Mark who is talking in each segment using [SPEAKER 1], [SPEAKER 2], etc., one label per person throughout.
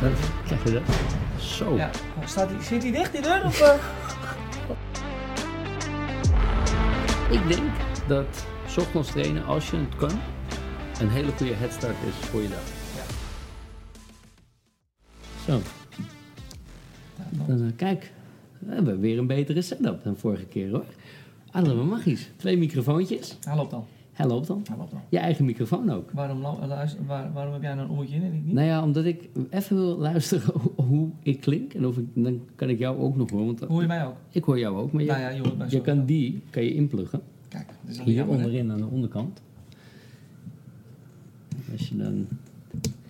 [SPEAKER 1] Dat, krijg je dat. Zo.
[SPEAKER 2] Ja. Oh, Staat die, zit die dicht, die deur? Of, eh?
[SPEAKER 1] Ik denk dat 's ochtends trainen, als je het kan, een hele goede headstart is voor je dag.
[SPEAKER 2] Ja.
[SPEAKER 1] Zo. Dan, eh, kijk, we hebben weer een betere setup dan vorige keer hoor. Allemaal magisch. Twee microfoontjes.
[SPEAKER 2] Hij loopt al.
[SPEAKER 1] Hij loopt dan.
[SPEAKER 2] Hij loopt al.
[SPEAKER 1] Je eigen microfoon ook.
[SPEAKER 2] Waarom, la- luister, waar, waarom heb jij nou een oortje in en ik niet?
[SPEAKER 1] Nou ja, omdat ik even wil luisteren hoe ik klink. En of ik, dan kan ik jou ook nog horen. Want
[SPEAKER 2] Hoor je mij ook?
[SPEAKER 1] ik hoor jou ook. Maar je,
[SPEAKER 2] nou ja, je hoort mij
[SPEAKER 1] je
[SPEAKER 2] zo.
[SPEAKER 1] kan die kan je inpluggen.
[SPEAKER 2] Kijk, dat is wel
[SPEAKER 1] Hier
[SPEAKER 2] jammer, hè?
[SPEAKER 1] onderin aan de onderkant. Als je dan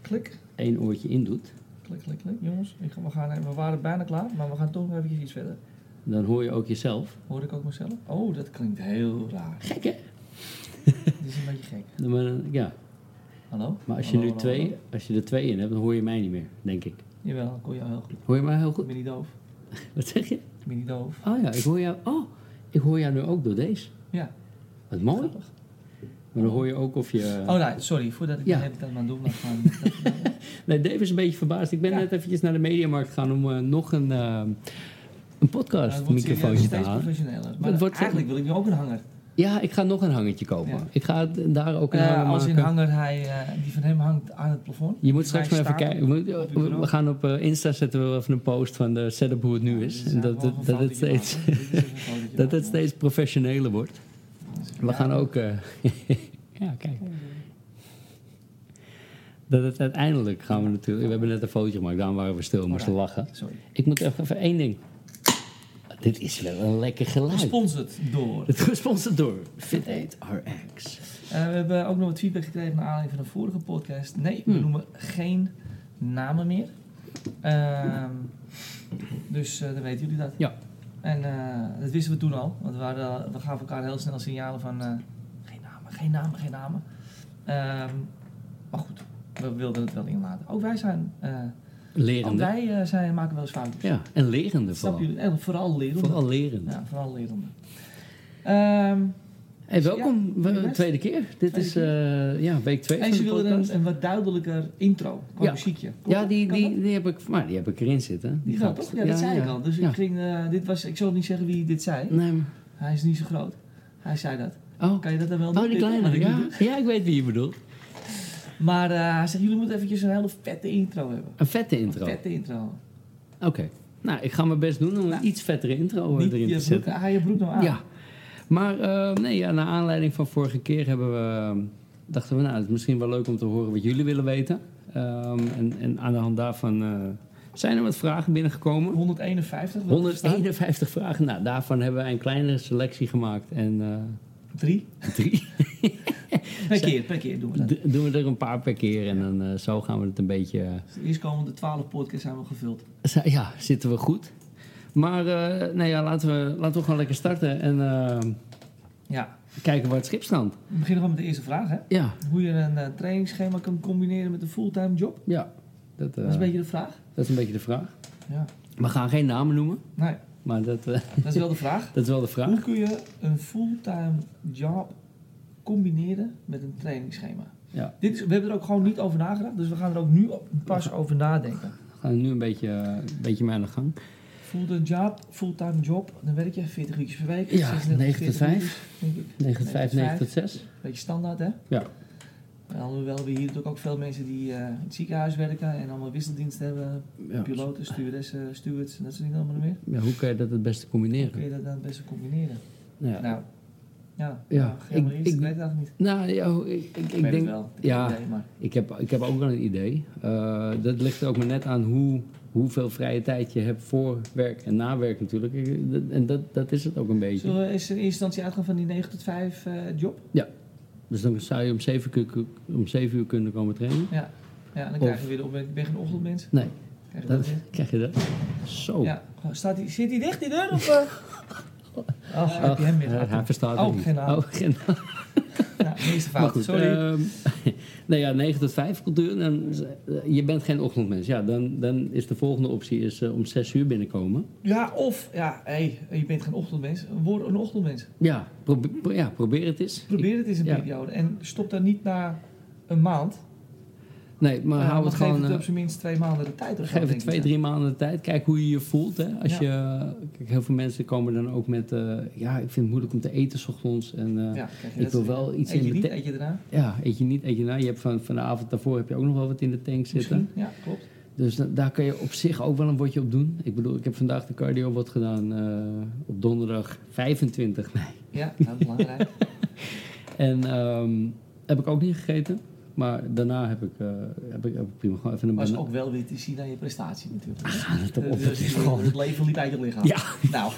[SPEAKER 2] Klik,
[SPEAKER 1] één oortje in doet,
[SPEAKER 2] klik, klik, klik. Jongens, ik ga- we, gaan, we waren bijna klaar, maar we gaan toch nog eventjes iets verder.
[SPEAKER 1] dan hoor je ook jezelf.
[SPEAKER 2] Hoor ik ook mezelf? Oh, dat klinkt heel raar.
[SPEAKER 1] Gek hè?
[SPEAKER 2] Dit is een beetje gek.
[SPEAKER 1] Maar, dan- ja.
[SPEAKER 2] Hallo?
[SPEAKER 1] maar als je
[SPEAKER 2] Hallo,
[SPEAKER 1] nu
[SPEAKER 2] hallo, hallo?
[SPEAKER 1] twee, als je er twee in hebt, dan hoor je mij niet meer, denk ik.
[SPEAKER 2] Jawel, ik hoor jou heel goed.
[SPEAKER 1] Hoor je mij heel goed?
[SPEAKER 2] Mini doof.
[SPEAKER 1] Wat zeg je?
[SPEAKER 2] Mini doof.
[SPEAKER 1] Oh ja, ik hoor jou. Oh, ik hoor jou nu ook door deze.
[SPEAKER 2] Ja.
[SPEAKER 1] Wat mooi.
[SPEAKER 2] grappig.
[SPEAKER 1] Maar dan hoor je ook of je. eh,
[SPEAKER 2] Oh, nee, sorry, voordat ik
[SPEAKER 1] Ja.
[SPEAKER 2] de hele tijd maar doen laat gaan. Dat-
[SPEAKER 1] Nee, Dave is een beetje verbaasd. Ik ben
[SPEAKER 2] Ja.
[SPEAKER 1] net eventjes naar de mediamarkt gegaan om eh, nog een, eh, een
[SPEAKER 2] Nou, het wordt serieus
[SPEAKER 1] podcastmicrofoontje te
[SPEAKER 2] steeds
[SPEAKER 1] halen.
[SPEAKER 2] professioneler. Maar
[SPEAKER 1] Het wordt-
[SPEAKER 2] eigenlijk wil ik nu ook een hanger.
[SPEAKER 1] Ja, ik ga nog een hangetje kopen.
[SPEAKER 2] Ja.
[SPEAKER 1] Ik ga het- daar ook een
[SPEAKER 2] Eh,
[SPEAKER 1] hanger
[SPEAKER 2] als in
[SPEAKER 1] maken.
[SPEAKER 2] hanger hij, eh, die van hem hangt aan het plafond.
[SPEAKER 1] Je moet
[SPEAKER 2] Die
[SPEAKER 1] straks
[SPEAKER 2] wij
[SPEAKER 1] maar even
[SPEAKER 2] stapelen.
[SPEAKER 1] kijken. We,
[SPEAKER 2] op
[SPEAKER 1] we-
[SPEAKER 2] uw bureau.
[SPEAKER 1] we gaan op eh, Insta zetten we wel even een post van de setup hoe het nu is.
[SPEAKER 2] Dit
[SPEAKER 1] en
[SPEAKER 2] nou
[SPEAKER 1] dus. dat,
[SPEAKER 2] wel
[SPEAKER 1] dat,
[SPEAKER 2] een
[SPEAKER 1] dat, het,
[SPEAKER 2] foutje
[SPEAKER 1] steeds,
[SPEAKER 2] maken. Dit is een foutje
[SPEAKER 1] dat het
[SPEAKER 2] maken,
[SPEAKER 1] steeds professioneler wordt.
[SPEAKER 2] jongens.
[SPEAKER 1] We
[SPEAKER 2] Ja.
[SPEAKER 1] gaan ook... eh, ja, kijk. Dat het uiteindelijk gaan we natuurlijk... We hebben net een fotootje gemaakt, daarom waren we stil en moesten lachen.
[SPEAKER 2] Sorry.
[SPEAKER 1] Ik moet even, even één ding... Dit is wel een lekker geluid.
[SPEAKER 2] Gesponsord door.
[SPEAKER 1] Het gesponsord door Fit8 RX.
[SPEAKER 2] Eh, we hebben ook nog wat feedback gekregen naar aanleiding van een vorige podcast. Nee, we
[SPEAKER 1] Hmm.
[SPEAKER 2] noemen geen namen meer. Ehm, dus eh, dan weten jullie dat.
[SPEAKER 1] Ja.
[SPEAKER 2] En eh, dat wisten we toen al. Want we, waren, we gaven elkaar heel snel signalen van... eh, geen namen, geen namen, geen namen. Ehm, maar goed, we wilden het wel inladen. Ook wij zijn... eh, ook
[SPEAKER 1] Lerende.
[SPEAKER 2] wij eh, zijn, maken wel eens fouten.
[SPEAKER 1] Ja, en lerende
[SPEAKER 2] Snap
[SPEAKER 1] vooral.
[SPEAKER 2] jullie? En vooral lerende.
[SPEAKER 1] Vooral lerende.
[SPEAKER 2] Ja, vooral lerende. Ehm
[SPEAKER 1] Hey, welkom,
[SPEAKER 2] Ja,
[SPEAKER 1] We-
[SPEAKER 2] best.
[SPEAKER 1] tweede keer. Dit
[SPEAKER 2] Tweede
[SPEAKER 1] is eh, ja, week twee
[SPEAKER 2] en
[SPEAKER 1] van
[SPEAKER 2] ze
[SPEAKER 1] de
[SPEAKER 2] wilden
[SPEAKER 1] podcast.
[SPEAKER 2] een, een wat duidelijker intro qua
[SPEAKER 1] Ja.
[SPEAKER 2] muziekje.
[SPEAKER 1] Ja, die,
[SPEAKER 2] Kan dat?
[SPEAKER 1] die, die, heb ik, maar die heb ik erin zitten.
[SPEAKER 2] Die
[SPEAKER 1] gaat-
[SPEAKER 2] gaat toch? Ja, dat zei ik al. Dus
[SPEAKER 1] Ja.
[SPEAKER 2] ik ging, eh, dit was, ik zal niet zeggen wie dit zei.
[SPEAKER 1] Nee, maar-
[SPEAKER 2] Hij is niet zo groot. Hij zei dat.
[SPEAKER 1] oh,
[SPEAKER 2] Kan je dat dan wel
[SPEAKER 1] oh,
[SPEAKER 2] doen?
[SPEAKER 1] die
[SPEAKER 2] Dit- wat
[SPEAKER 1] kleine.
[SPEAKER 2] ik nu
[SPEAKER 1] Ja.
[SPEAKER 2] doe?
[SPEAKER 1] ja, ik weet wie je bedoelt.
[SPEAKER 2] Maar eh, hij zegt, jullie moeten eventjes een hele vette intro hebben.
[SPEAKER 1] Een vette intro.
[SPEAKER 2] Een vette intro.
[SPEAKER 1] Oké. Nou, ik ga mijn best doen om een
[SPEAKER 2] Nou,
[SPEAKER 1] iets vettere intro eh,
[SPEAKER 2] Niet
[SPEAKER 1] erin te
[SPEAKER 2] je broek,
[SPEAKER 1] zetten.
[SPEAKER 2] haal je broek nou aan.
[SPEAKER 1] Ja. Maar eh, nee, ja, naar aanleiding van vorige keer hebben we, eh, dachten we, nou, het is misschien wel leuk om te horen wat jullie willen weten. Ehm, en, en aan de hand daarvan eh, zijn er wat vragen binnengekomen.
[SPEAKER 2] 151. wat er staat.
[SPEAKER 1] 151 vragen. Nou, daarvan hebben wij een kleinere selectie gemaakt. En eh,
[SPEAKER 2] Drie.
[SPEAKER 1] drie
[SPEAKER 2] Per keer, per keer doen we dat.
[SPEAKER 1] d- doen we er een paar per keer. En dan eh, zo gaan we het een beetje... eh,
[SPEAKER 2] Dus eerst komen de twaalf podcasts zijn we gevuld.
[SPEAKER 1] z- ja, zitten we goed. Maar eh nou ja, laten we, laten we gewoon lekker starten. En eh,
[SPEAKER 2] Ja.
[SPEAKER 1] kijken waar het schip strandt.
[SPEAKER 2] We beginnen gewoon met de eerste vraag, hè.
[SPEAKER 1] Ja,
[SPEAKER 2] Hoe je een eh, trainingsschema kan combineren met een fulltime job.
[SPEAKER 1] ja. Dat, eh,
[SPEAKER 2] Dat is een beetje de vraag.
[SPEAKER 1] de vraag.
[SPEAKER 2] Ja.
[SPEAKER 1] We gaan geen namen noemen.
[SPEAKER 2] Nee,
[SPEAKER 1] Maar dat, eh,
[SPEAKER 2] dat is wel de vraag.
[SPEAKER 1] dat is wel de vraag.
[SPEAKER 2] Hoe kun je een fulltime job combineren met een trainingsschema?
[SPEAKER 1] Ja.
[SPEAKER 2] Dit is, we hebben er ook gewoon niet over nagedacht, dus we gaan er ook nu op- pas over nadenken.
[SPEAKER 1] We gaan nu een beetje, eh, een beetje mee aan de gang.
[SPEAKER 2] Fulltime job, fulltime job, dan werk je 40 uurtjes per week.
[SPEAKER 1] Ja,
[SPEAKER 2] 36,
[SPEAKER 1] 9 tot
[SPEAKER 2] 40
[SPEAKER 1] 5.
[SPEAKER 2] uurtjes, denk ik.
[SPEAKER 1] 9 tot 5, 9 tot 6.
[SPEAKER 2] Beetje standaard, hè?
[SPEAKER 1] Ja.
[SPEAKER 2] En alhoewel we hier natuurlijk ook veel mensen die eh, in het ziekenhuis werken en allemaal wisseldienst hebben.
[SPEAKER 1] Ja.
[SPEAKER 2] Piloten, stewardessen, stewards en dat soort dingen allemaal meer.
[SPEAKER 1] Ja, hoe kan je dat het beste
[SPEAKER 2] Hoe kun
[SPEAKER 1] combineren?
[SPEAKER 2] je dat dan het beste combineren?
[SPEAKER 1] Ja.
[SPEAKER 2] Nou, ja.
[SPEAKER 1] Ja,
[SPEAKER 2] nou, ga je maar
[SPEAKER 1] ik-
[SPEAKER 2] eerst,
[SPEAKER 1] ik-
[SPEAKER 2] ik weet het eigenlijk niet.
[SPEAKER 1] Nou, ja, ik, ik,
[SPEAKER 2] Ik,
[SPEAKER 1] ik
[SPEAKER 2] weet
[SPEAKER 1] denk...
[SPEAKER 2] het wel. Ik
[SPEAKER 1] ja.
[SPEAKER 2] heb een idee, maar-
[SPEAKER 1] Ik heb, ik heb ook wel een idee. Eh, dat ligt er ook maar net aan hoe, hoeveel vrije tijd je hebt voor werk en na werk natuurlijk. Ik- dat- En dat, dat is het ook een beetje.
[SPEAKER 2] Zullen we eens in eerste instantie uitgaan van die 9 tot 5 eh, job?
[SPEAKER 1] Dus dan zou je om 7 uur, om zeven uur kunnen komen trainen.
[SPEAKER 2] Ja. Ja, dan krijgen we weer de opmerking, ik ben geen ochtendmens.
[SPEAKER 1] Nee,
[SPEAKER 2] Krijg je dat
[SPEAKER 1] dat
[SPEAKER 2] weer?
[SPEAKER 1] krijg je dat. Zo.
[SPEAKER 2] Ja. Oh, Staat die, zit die dicht, die deur? Of, eh? Ach, heb je hem weer
[SPEAKER 1] Hij-
[SPEAKER 2] gehad?
[SPEAKER 1] hij verstaat
[SPEAKER 2] Oh,
[SPEAKER 1] het niet.
[SPEAKER 2] geen naam.
[SPEAKER 1] geen naam.
[SPEAKER 2] Ja, meeste
[SPEAKER 1] Maar
[SPEAKER 2] fout,
[SPEAKER 1] goed,
[SPEAKER 2] sorry.
[SPEAKER 1] ehm, nou ja, 9 tot 5 cultuur. Dan, eh, je bent geen ochtendmens. Ja, dan, dan is de volgende optie is, eh, om 6 uur binnenkomen.
[SPEAKER 2] ja, of, ja, hé, je bent geen ochtendmens. Word een ochtendmens.
[SPEAKER 1] Ja, probe- pro- ja probeer het eens.
[SPEAKER 2] Probeer het eens een
[SPEAKER 1] ja.
[SPEAKER 2] periode en stop daar niet na een maand.
[SPEAKER 1] Nee, maar
[SPEAKER 2] Eh,
[SPEAKER 1] hou het
[SPEAKER 2] geef
[SPEAKER 1] gewoon...
[SPEAKER 2] het
[SPEAKER 1] eh,
[SPEAKER 2] op zijn minst twee maanden de tijd. of zo,
[SPEAKER 1] Geef
[SPEAKER 2] denk
[SPEAKER 1] het
[SPEAKER 2] ik,
[SPEAKER 1] twee,
[SPEAKER 2] ja.
[SPEAKER 1] drie maanden de tijd. Kijk hoe je je voelt. Hè? Als
[SPEAKER 2] Ja.
[SPEAKER 1] je, kijk, heel veel mensen komen dan ook met... eh, ja, ik vind het moeilijk om te eten 's ochtends. En, eh,
[SPEAKER 2] Ja, kijk,
[SPEAKER 1] ik
[SPEAKER 2] dat
[SPEAKER 1] wil
[SPEAKER 2] is-
[SPEAKER 1] wel iets
[SPEAKER 2] eet
[SPEAKER 1] in
[SPEAKER 2] je
[SPEAKER 1] mijn
[SPEAKER 2] niet,
[SPEAKER 1] te-
[SPEAKER 2] eet je daarna?
[SPEAKER 1] ja, eet je niet, eet je na. Je hebt van, van de avond daarvoor heb je ook nog wel wat in de tank zitten.
[SPEAKER 2] Misschien, ja, klopt.
[SPEAKER 1] Dus da- daar kun je op zich ook wel een watje op doen. Ik bedoel, ik heb vandaag de cardio wat gedaan eh, op donderdag 25 mei.
[SPEAKER 2] Ja, nou, belangrijk.
[SPEAKER 1] En ehm, heb ik ook niet gegeten. Maar daarna heb ik, eh, heb ik, heb ik prima gewoon even een
[SPEAKER 2] Maar is
[SPEAKER 1] banaan.
[SPEAKER 2] ook wel weer te zien aan je prestatie natuurlijk.
[SPEAKER 1] Ah, dat op,
[SPEAKER 2] Eh,
[SPEAKER 1] dat
[SPEAKER 2] dus
[SPEAKER 1] is
[SPEAKER 2] je-
[SPEAKER 1] gewoon...
[SPEAKER 2] het leven liep uit je lichaam.
[SPEAKER 1] Ja,
[SPEAKER 2] Nou,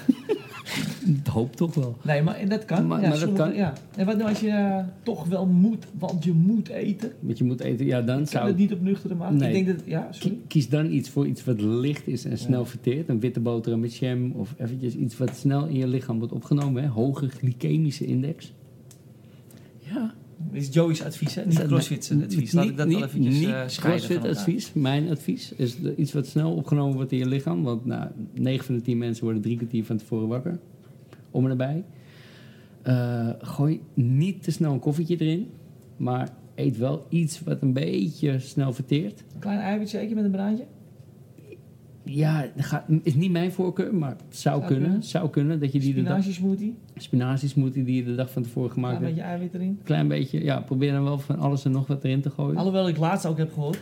[SPEAKER 1] ik hoop toch wel.
[SPEAKER 2] nee, maar en dat kan.
[SPEAKER 1] Maar-
[SPEAKER 2] ja,
[SPEAKER 1] maar dat
[SPEAKER 2] sommige-
[SPEAKER 1] kan.
[SPEAKER 2] Ja. En wat nou als je eh, toch wel moet, want je moet eten.
[SPEAKER 1] Want je moet eten. Ja, dan
[SPEAKER 2] Kan
[SPEAKER 1] zou
[SPEAKER 2] het
[SPEAKER 1] ik...
[SPEAKER 2] niet op nuchtere maat?
[SPEAKER 1] Nee.
[SPEAKER 2] Ik denk dat, ja, sorry.
[SPEAKER 1] Ki- Kies dan iets voor iets wat licht is en snel verteert. Een witte boterham met jam of eventjes iets wat snel in je lichaam wordt opgenomen. Hè? Hoge glycemische index. Ja.
[SPEAKER 2] Dit is Joey's advies, hè? Niet
[SPEAKER 1] Dat-
[SPEAKER 2] CrossFit's
[SPEAKER 1] niet-
[SPEAKER 2] advies. Laat ik dat
[SPEAKER 1] niet-
[SPEAKER 2] wel eventjes
[SPEAKER 1] niet
[SPEAKER 2] eh, scheiden van
[SPEAKER 1] CrossFit
[SPEAKER 2] elkaar.
[SPEAKER 1] advies. Mijn advies is de- iets wat snel opgenomen wordt in je lichaam. Want nou, 9 van de 10 mensen worden drie kwartier van tevoren wakker. Om en nabij. Eh, gooi niet te snel een koffietje erin. Maar eet wel iets wat een beetje snel verteert.
[SPEAKER 2] Een klein eiwitje met een banaantje?
[SPEAKER 1] Ja, dat gaat- is niet mijn voorkeur, maar het zou,
[SPEAKER 2] Zou
[SPEAKER 1] kunnen.
[SPEAKER 2] kunnen.
[SPEAKER 1] Zou kunnen dat je die de dag,
[SPEAKER 2] Spinazie smoothie?
[SPEAKER 1] spinaziesmoothie die je de dag van tevoren
[SPEAKER 2] Een
[SPEAKER 1] gemaakt
[SPEAKER 2] klein
[SPEAKER 1] hebt.
[SPEAKER 2] beetje eiwit erin?
[SPEAKER 1] Klein beetje, ja, probeer dan wel van alles en nog wat erin te gooien.
[SPEAKER 2] Alhoewel ik laatst ook heb gehoord.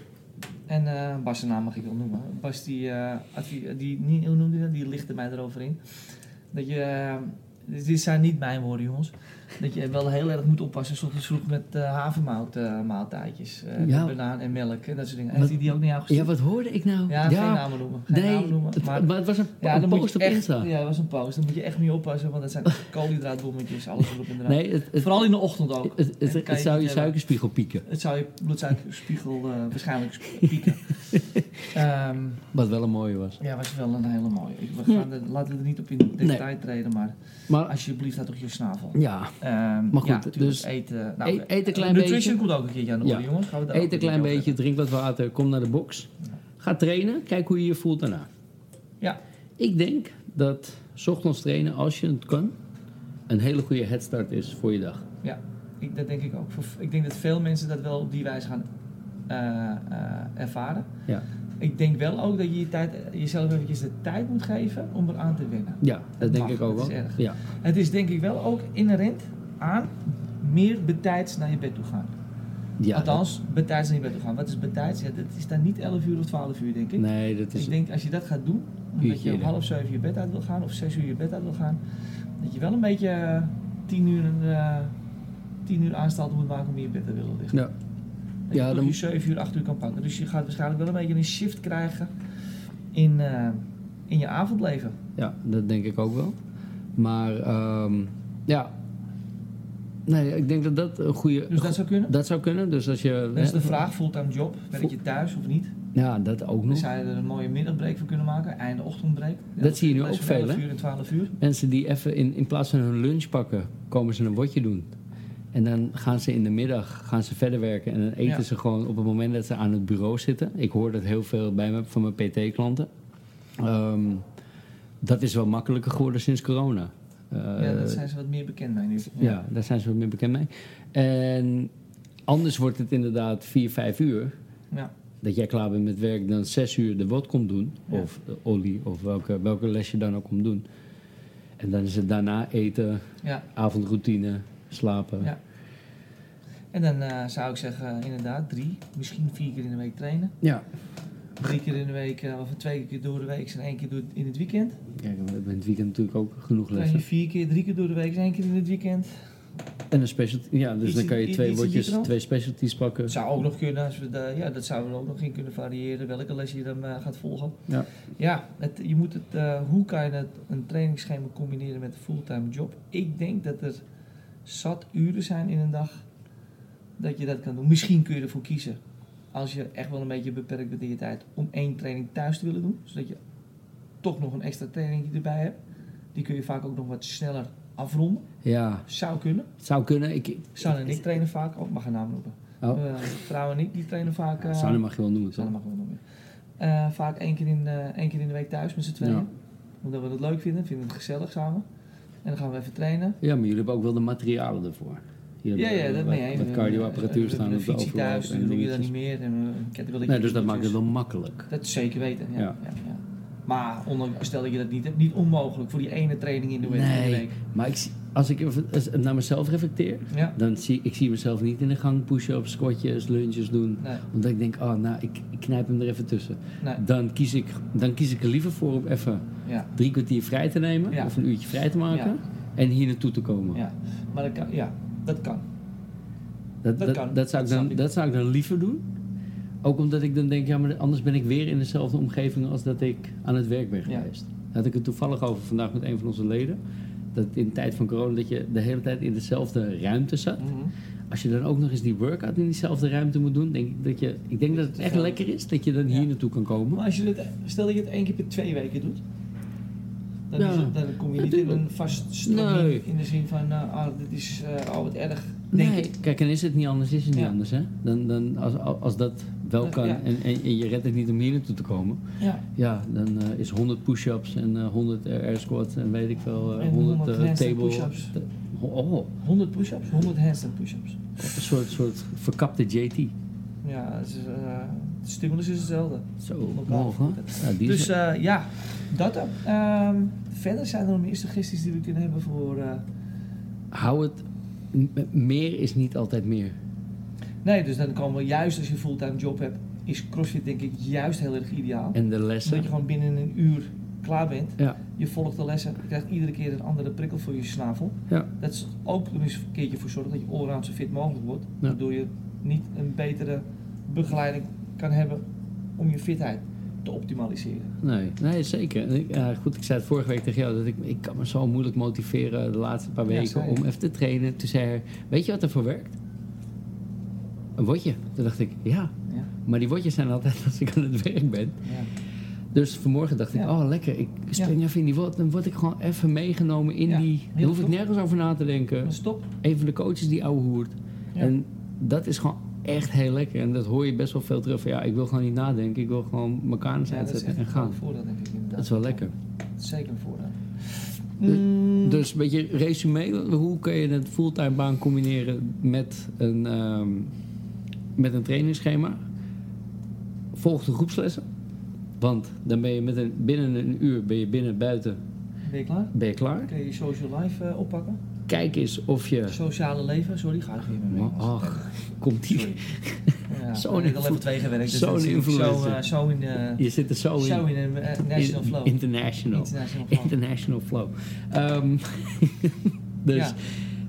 [SPEAKER 2] En eh Bas' zijn naam mag ik wel noemen. Bas die, eh advie- die, niet, hoe noemde hij dat? Die lichtte mij erover in. Dat je, eh, dit- dit zijn niet mijn woorden jongens. Dat je wel heel erg moet oppassen, 's ochtends vroeg met eh havermout eh, maaltijdjes. eh, met
[SPEAKER 1] Ja.
[SPEAKER 2] banaan en melk en dat soort dingen.
[SPEAKER 1] Wat-
[SPEAKER 2] Heeft hij die ook naar jou
[SPEAKER 1] Ja,
[SPEAKER 2] gestuurd?
[SPEAKER 1] wat hoorde ik nou?
[SPEAKER 2] Ja, geen namen noemen. Geen
[SPEAKER 1] nee,
[SPEAKER 2] namen noemen.
[SPEAKER 1] het,
[SPEAKER 2] Maar,
[SPEAKER 1] maar het was een,
[SPEAKER 2] ja,
[SPEAKER 1] een
[SPEAKER 2] dan moet
[SPEAKER 1] post
[SPEAKER 2] je
[SPEAKER 1] op
[SPEAKER 2] echt,
[SPEAKER 1] Insta.
[SPEAKER 2] ja, dat was een post. Dan moet je echt mee oppassen, want dat zijn koolhydraatbommetjes, alles erop en eraan.
[SPEAKER 1] nee, het, het,
[SPEAKER 2] Vooral in de ochtend ook.
[SPEAKER 1] het, het,
[SPEAKER 2] Dat kan
[SPEAKER 1] het
[SPEAKER 2] je niet
[SPEAKER 1] zou je
[SPEAKER 2] hebben.
[SPEAKER 1] suikerspiegel pieken.
[SPEAKER 2] Het zou je bloedsuikerspiegel eh, waarschijnlijk sp- pieken. Ehm,
[SPEAKER 1] Wat wel een mooie was.
[SPEAKER 2] ja, was wel een hele mooie. Ik- We gaan er, laten we er niet op in detail treden, maar
[SPEAKER 1] Maar
[SPEAKER 2] alsjeblieft, laat toch je snavel.
[SPEAKER 1] ja,
[SPEAKER 2] Ehm,
[SPEAKER 1] Maar goed,
[SPEAKER 2] ja, natuurlijk,
[SPEAKER 1] dus
[SPEAKER 2] eten, nou,
[SPEAKER 1] e- eet een klein
[SPEAKER 2] nutrition
[SPEAKER 1] beetje.
[SPEAKER 2] komt ook een keertje aan de orde,
[SPEAKER 1] Ja.
[SPEAKER 2] jongens. Gaan we daar ook
[SPEAKER 1] eet een klein
[SPEAKER 2] keer over
[SPEAKER 1] beetje, drink wat water, kom naar de box. Ga trainen, kijk hoe je je voelt daarna.
[SPEAKER 2] Ja.
[SPEAKER 1] Ik denk dat 's ochtends trainen, als je het kan, een hele goede headstart is voor je dag.
[SPEAKER 2] hebben. Ik, dat denk ik ook. Voor- Ik denk dat veel mensen dat wel op die wijze gaan eh, eh, ervaren.
[SPEAKER 1] Ja.
[SPEAKER 2] Ik denk wel ook dat je je tijd, jezelf eventjes de tijd moet geven om eraan te wennen.
[SPEAKER 1] Ja, dat denk
[SPEAKER 2] mag,
[SPEAKER 1] ik ook
[SPEAKER 2] dat
[SPEAKER 1] wel.
[SPEAKER 2] is erg.
[SPEAKER 1] Ja.
[SPEAKER 2] Het is denk ik wel ook inherent aan meer betijds naar je bed toe gaan.
[SPEAKER 1] Ja,
[SPEAKER 2] Althans, betijds naar je bed toe gaan. Wat is betijds? Ja, dat is dan niet 11 uur of 12 uur, denk ik.
[SPEAKER 1] dat- nee, dat is.
[SPEAKER 2] ik denk als je dat gaat doen, omdat
[SPEAKER 1] Uurtje
[SPEAKER 2] je om
[SPEAKER 1] eerder.
[SPEAKER 2] half 7 je bed uit wil gaan of 6 uur je bed uit wil gaan, dat je wel een beetje eh, 10 uur, eh 10 uur aanstaat moet maken om in je bed te willen liggen.
[SPEAKER 1] Ja.
[SPEAKER 2] Dat
[SPEAKER 1] Ja,
[SPEAKER 2] je toch
[SPEAKER 1] dan-
[SPEAKER 2] je 7 uur, 8 uur kan pakken. Dus je gaat waarschijnlijk wel een beetje een shift krijgen in, eh, in je avondleven.
[SPEAKER 1] ja, dat denk ik ook wel. Maar ehm, ja. Nee, ik denk dat dat een goede.
[SPEAKER 2] Dus dat zou kunnen.
[SPEAKER 1] dat zou kunnen. Dus als je.
[SPEAKER 2] Dan is de
[SPEAKER 1] hè,
[SPEAKER 2] vraag, fulltime job, werk je thuis of niet?
[SPEAKER 1] Ja, dat ook
[SPEAKER 2] Dan
[SPEAKER 1] nog.
[SPEAKER 2] zou je er Dus een mooie middagbreken voor kunnen maken, einde ochtendbreek.
[SPEAKER 1] Dat zie je nu ook
[SPEAKER 2] tussen
[SPEAKER 1] veel,
[SPEAKER 2] 11
[SPEAKER 1] hè?
[SPEAKER 2] uur en 12 uur.
[SPEAKER 1] Mensen die even in, in plaats van hun lunch pakken, komen ze een watje doen. En dan gaan ze in de middag gaan ze verder werken. En dan eten
[SPEAKER 2] Ja.
[SPEAKER 1] ze gewoon op het moment dat ze aan het bureau zitten. Ik hoor dat heel veel bij me van mijn PT-klanten. Ehm, dat is wel makkelijker geworden sinds corona. Eh,
[SPEAKER 2] ja, daar zijn ze wat meer bekend mee nu.
[SPEAKER 1] Ja, daar zijn ze wat meer bekend mee. En anders wordt het inderdaad 4, 5 uur.
[SPEAKER 2] Ja.
[SPEAKER 1] Dat jij klaar bent met werk, dan 6 uur de wat komt doen.
[SPEAKER 2] Ja.
[SPEAKER 1] Of de olie, of welke, welke les je dan ook komt doen. En dan is het daarna eten,
[SPEAKER 2] Ja.
[SPEAKER 1] avondroutine, slapen.
[SPEAKER 2] Ja. En dan eh, zou ik zeggen, inderdaad, drie, misschien vier keer in de week trainen.
[SPEAKER 1] Ja.
[SPEAKER 2] Drie keer in de week, eh, of twee keer door de week en één keer door in het weekend.
[SPEAKER 1] Kijk, we hebben in het weekend natuurlijk ook genoeg
[SPEAKER 2] Train je
[SPEAKER 1] lessen.
[SPEAKER 2] vier keer, drie keer door de week en één keer in het weekend.
[SPEAKER 1] En een specialty. Ja, dus
[SPEAKER 2] Iets
[SPEAKER 1] dan
[SPEAKER 2] in-
[SPEAKER 1] kan je
[SPEAKER 2] iets
[SPEAKER 1] twee
[SPEAKER 2] in
[SPEAKER 1] bordjes,
[SPEAKER 2] die
[SPEAKER 1] twee specialties pakken.
[SPEAKER 2] Dat zou ook nog kunnen, als we de, ja, dat zouden we er ook nog in kunnen variëren, welke les je dan eh, gaat volgen.
[SPEAKER 1] Ja.
[SPEAKER 2] Ja, het, je moet het, eh, hoe kan je het, een trainingsschema combineren met een fulltime job? Ik denk dat er zat uren zijn in een dag dat je dat kan doen. Misschien kun je ervoor kiezen, als je echt wel een beetje beperkt bent in je tijd, om één training thuis te willen doen. Zodat je toch nog een extra training erbij hebt. Die kun je vaak ook nog wat sneller afronden.
[SPEAKER 1] Ja,
[SPEAKER 2] Zou kunnen.
[SPEAKER 1] het zou kunnen. Ik, ik-
[SPEAKER 2] Sanne en ik trainen vaak, oh, ik mag haar naam noemen.
[SPEAKER 1] Oh.
[SPEAKER 2] Eh, vrouw en ik, die trainen vaak... eh,
[SPEAKER 1] Sanne mag je wel noemen,
[SPEAKER 2] dus dat
[SPEAKER 1] toch?
[SPEAKER 2] mag ik wel noemen. Eh, vaak één keer, in, eh, één keer in de week thuis met z'n tweeën.
[SPEAKER 1] Ja.
[SPEAKER 2] Omdat we het leuk vinden, vinden we het gezellig samen. En dan gaan we even trainen.
[SPEAKER 1] Ja, maar jullie hebben ook wel de materialen ervoor. jullie
[SPEAKER 2] ja, ja,
[SPEAKER 1] hebben
[SPEAKER 2] dat
[SPEAKER 1] wat,
[SPEAKER 2] mee eens.
[SPEAKER 1] wat cardioapparatuur staan op de
[SPEAKER 2] fiets
[SPEAKER 1] overloop
[SPEAKER 2] eh, thuis,
[SPEAKER 1] en
[SPEAKER 2] dan doe je
[SPEAKER 1] dingetjes.
[SPEAKER 2] dat niet meer. En, eh, een kettingbillertje
[SPEAKER 1] Nee, dus dat
[SPEAKER 2] dingetjes.
[SPEAKER 1] maakt het wel makkelijk.
[SPEAKER 2] Dat zeker weten, ja.
[SPEAKER 1] Ja.
[SPEAKER 2] ja. ja, Maar ondanks, stel dat je dat niet hebt, niet onmogelijk voor die ene training in de week.
[SPEAKER 1] Nee.
[SPEAKER 2] in de week.
[SPEAKER 1] Maar ik, zie- als ik even- als ik naar mezelf reflecteer,
[SPEAKER 2] Ja.
[SPEAKER 1] dan zie ik zie mezelf niet in de gang push-ups, squatjes, lunges doen.
[SPEAKER 2] Nee,
[SPEAKER 1] Omdat ik denk, oh nou, ik, ik knijp hem er even tussen.
[SPEAKER 2] nee,
[SPEAKER 1] Dan kies ik, dan kies ik er liever voor om even
[SPEAKER 2] ja,
[SPEAKER 1] drie kwartier vrij te nemen,
[SPEAKER 2] Ja.
[SPEAKER 1] of een uurtje vrij te maken,
[SPEAKER 2] Ja.
[SPEAKER 1] en hier naartoe te komen.
[SPEAKER 2] ja. Maar dat kan, ja, dat kan.
[SPEAKER 1] Dat,
[SPEAKER 2] Dat
[SPEAKER 1] dat,
[SPEAKER 2] kan,
[SPEAKER 1] dat, zou ik
[SPEAKER 2] dat
[SPEAKER 1] dan,
[SPEAKER 2] snap ik.
[SPEAKER 1] dat zou ik dan liever doen. Ook omdat ik dan denk, ja, maar anders ben ik weer in dezelfde omgeving als dat ik aan het werk ben
[SPEAKER 2] Ja.
[SPEAKER 1] geweest. Daar had ik het toevallig over vandaag met een van onze leden. Dat in de tijd van corona dat je de hele tijd in dezelfde ruimte zat.
[SPEAKER 2] Mhm.
[SPEAKER 1] Als je dan ook nog eens die workout in diezelfde ruimte moet doen, denk ik dat je. Ik denk dat het echt lekker is dat je dan hier
[SPEAKER 2] Ja.
[SPEAKER 1] naartoe kan komen.
[SPEAKER 2] Maar als je het, stel dat je het één keer per twee weken doet, dan,
[SPEAKER 1] Ja.
[SPEAKER 2] is het- dan kom je
[SPEAKER 1] Ja,
[SPEAKER 2] niet in
[SPEAKER 1] tuurlijk.
[SPEAKER 2] een vast stramien
[SPEAKER 1] Nee.
[SPEAKER 2] in de zin van, nou, ah, dit is eh al wat erg, denk
[SPEAKER 1] Nee,
[SPEAKER 2] ik.
[SPEAKER 1] kijk, en is het niet anders, is het niet
[SPEAKER 2] Ja.
[SPEAKER 1] anders. Hè? Dan, dan, als, als dat wel
[SPEAKER 2] Dat-
[SPEAKER 1] kan
[SPEAKER 2] ja.
[SPEAKER 1] en, en, en je redt het niet om hier naartoe te komen,
[SPEAKER 2] Ja,
[SPEAKER 1] Ja, dan eh, is 100 push-ups en eh, 100 air air squats en weet ik veel, eh,
[SPEAKER 2] En
[SPEAKER 1] 100
[SPEAKER 2] 100
[SPEAKER 1] eh,
[SPEAKER 2] handstand
[SPEAKER 1] table.
[SPEAKER 2] push-ups.
[SPEAKER 1] Oh, oh,
[SPEAKER 2] 100 push-ups, 100 handstand push-ups.
[SPEAKER 1] een soort, soort verkapte JT.
[SPEAKER 2] Ja, het is, eh, de stimulus is hetzelfde.
[SPEAKER 1] Zo,
[SPEAKER 2] Elkaar
[SPEAKER 1] mooi hoor. Ja, die is-
[SPEAKER 2] Dus eh, ja, dat dan. Ehm, verder zijn er nog meer suggesties die we kunnen hebben voor... eh,
[SPEAKER 1] Hou het, m- meer is niet altijd meer.
[SPEAKER 2] nee, dus dan komen we juist als je een fulltime job hebt, is CrossFit denk ik juist heel erg ideaal.
[SPEAKER 1] En de
[SPEAKER 2] Zodat je
[SPEAKER 1] lessen.
[SPEAKER 2] gewoon binnen een uur klaar bent.
[SPEAKER 1] Ja,
[SPEAKER 2] Je volgt de lessen, je krijgt iedere keer een andere prikkel voor je snavel.
[SPEAKER 1] ja,
[SPEAKER 2] Dat is ook er is een keertje voor zorgen dat je allround zo fit mogelijk wordt.
[SPEAKER 1] Ja.
[SPEAKER 2] Waardoor je niet een betere begeleiding kan hebben om je fitheid te optimaliseren.
[SPEAKER 1] nee, nee zeker. En ik- ja, goed, ik zei het vorige week tegen jou dat ik, ik kan me zo moeilijk motiveren de laatste paar
[SPEAKER 2] Ja,
[SPEAKER 1] weken
[SPEAKER 2] zei je.
[SPEAKER 1] om even te trainen. Toen zei hij, weet je wat ervoor werkt? Een wotje. Toen dacht ik, ja,
[SPEAKER 2] Ja.
[SPEAKER 1] maar die wotjes zijn altijd als ik aan het werk ben.
[SPEAKER 2] Ja.
[SPEAKER 1] Dus vanmorgen dacht ik,
[SPEAKER 2] Ja.
[SPEAKER 1] oh lekker, ik spring even in die wat. Dan word ik gewoon even meegenomen in
[SPEAKER 2] Ja,
[SPEAKER 1] die... Dan
[SPEAKER 2] heel
[SPEAKER 1] hoef ik
[SPEAKER 2] goed.
[SPEAKER 1] nergens over na te denken.
[SPEAKER 2] Maar stop.
[SPEAKER 1] Een van de coaches die ouwe hoert.
[SPEAKER 2] Ja.
[SPEAKER 1] En dat is gewoon echt heel lekker. En dat hoor je best wel veel terug. Van, ja, ik wil gewoon niet nadenken. Ik wil gewoon mijn kanus
[SPEAKER 2] Ja, dat is
[SPEAKER 1] uitzetten
[SPEAKER 2] echt
[SPEAKER 1] en
[SPEAKER 2] een
[SPEAKER 1] gaan.
[SPEAKER 2] voordeel denk ik inderdaad.
[SPEAKER 1] Dat is wel lekker.
[SPEAKER 2] Dat is zeker een voordeel.
[SPEAKER 1] Dus-
[SPEAKER 2] Mm,
[SPEAKER 1] Dus een beetje resume. Hoe kun je een fulltime baan combineren met een, ehm, met een trainingsschema? Volg de groepslessen. Want dan ben je met een, binnen een uur ben je binnen buiten
[SPEAKER 2] Ben je klaar?
[SPEAKER 1] ben je klaar.
[SPEAKER 2] Kun je je social life eh, oppakken?
[SPEAKER 1] Kijk eens of je.
[SPEAKER 2] Sociale leven, sorry, ga ik weer mee.
[SPEAKER 1] Ma- Ach, komt die.
[SPEAKER 2] Ja,
[SPEAKER 1] Oh, Zo'n
[SPEAKER 2] ik heb al even
[SPEAKER 1] invloed-
[SPEAKER 2] twee gewerkt. dus
[SPEAKER 1] zo'n
[SPEAKER 2] dat is natuurlijk Zo,
[SPEAKER 1] influencer.
[SPEAKER 2] eh, zo in, eh,
[SPEAKER 1] Je zit er zo
[SPEAKER 2] zo
[SPEAKER 1] Oh, in.
[SPEAKER 2] in een eh,
[SPEAKER 1] In-
[SPEAKER 2] national flow.
[SPEAKER 1] International.
[SPEAKER 2] International flow.
[SPEAKER 1] International flow. Ehm, dus
[SPEAKER 2] Ja.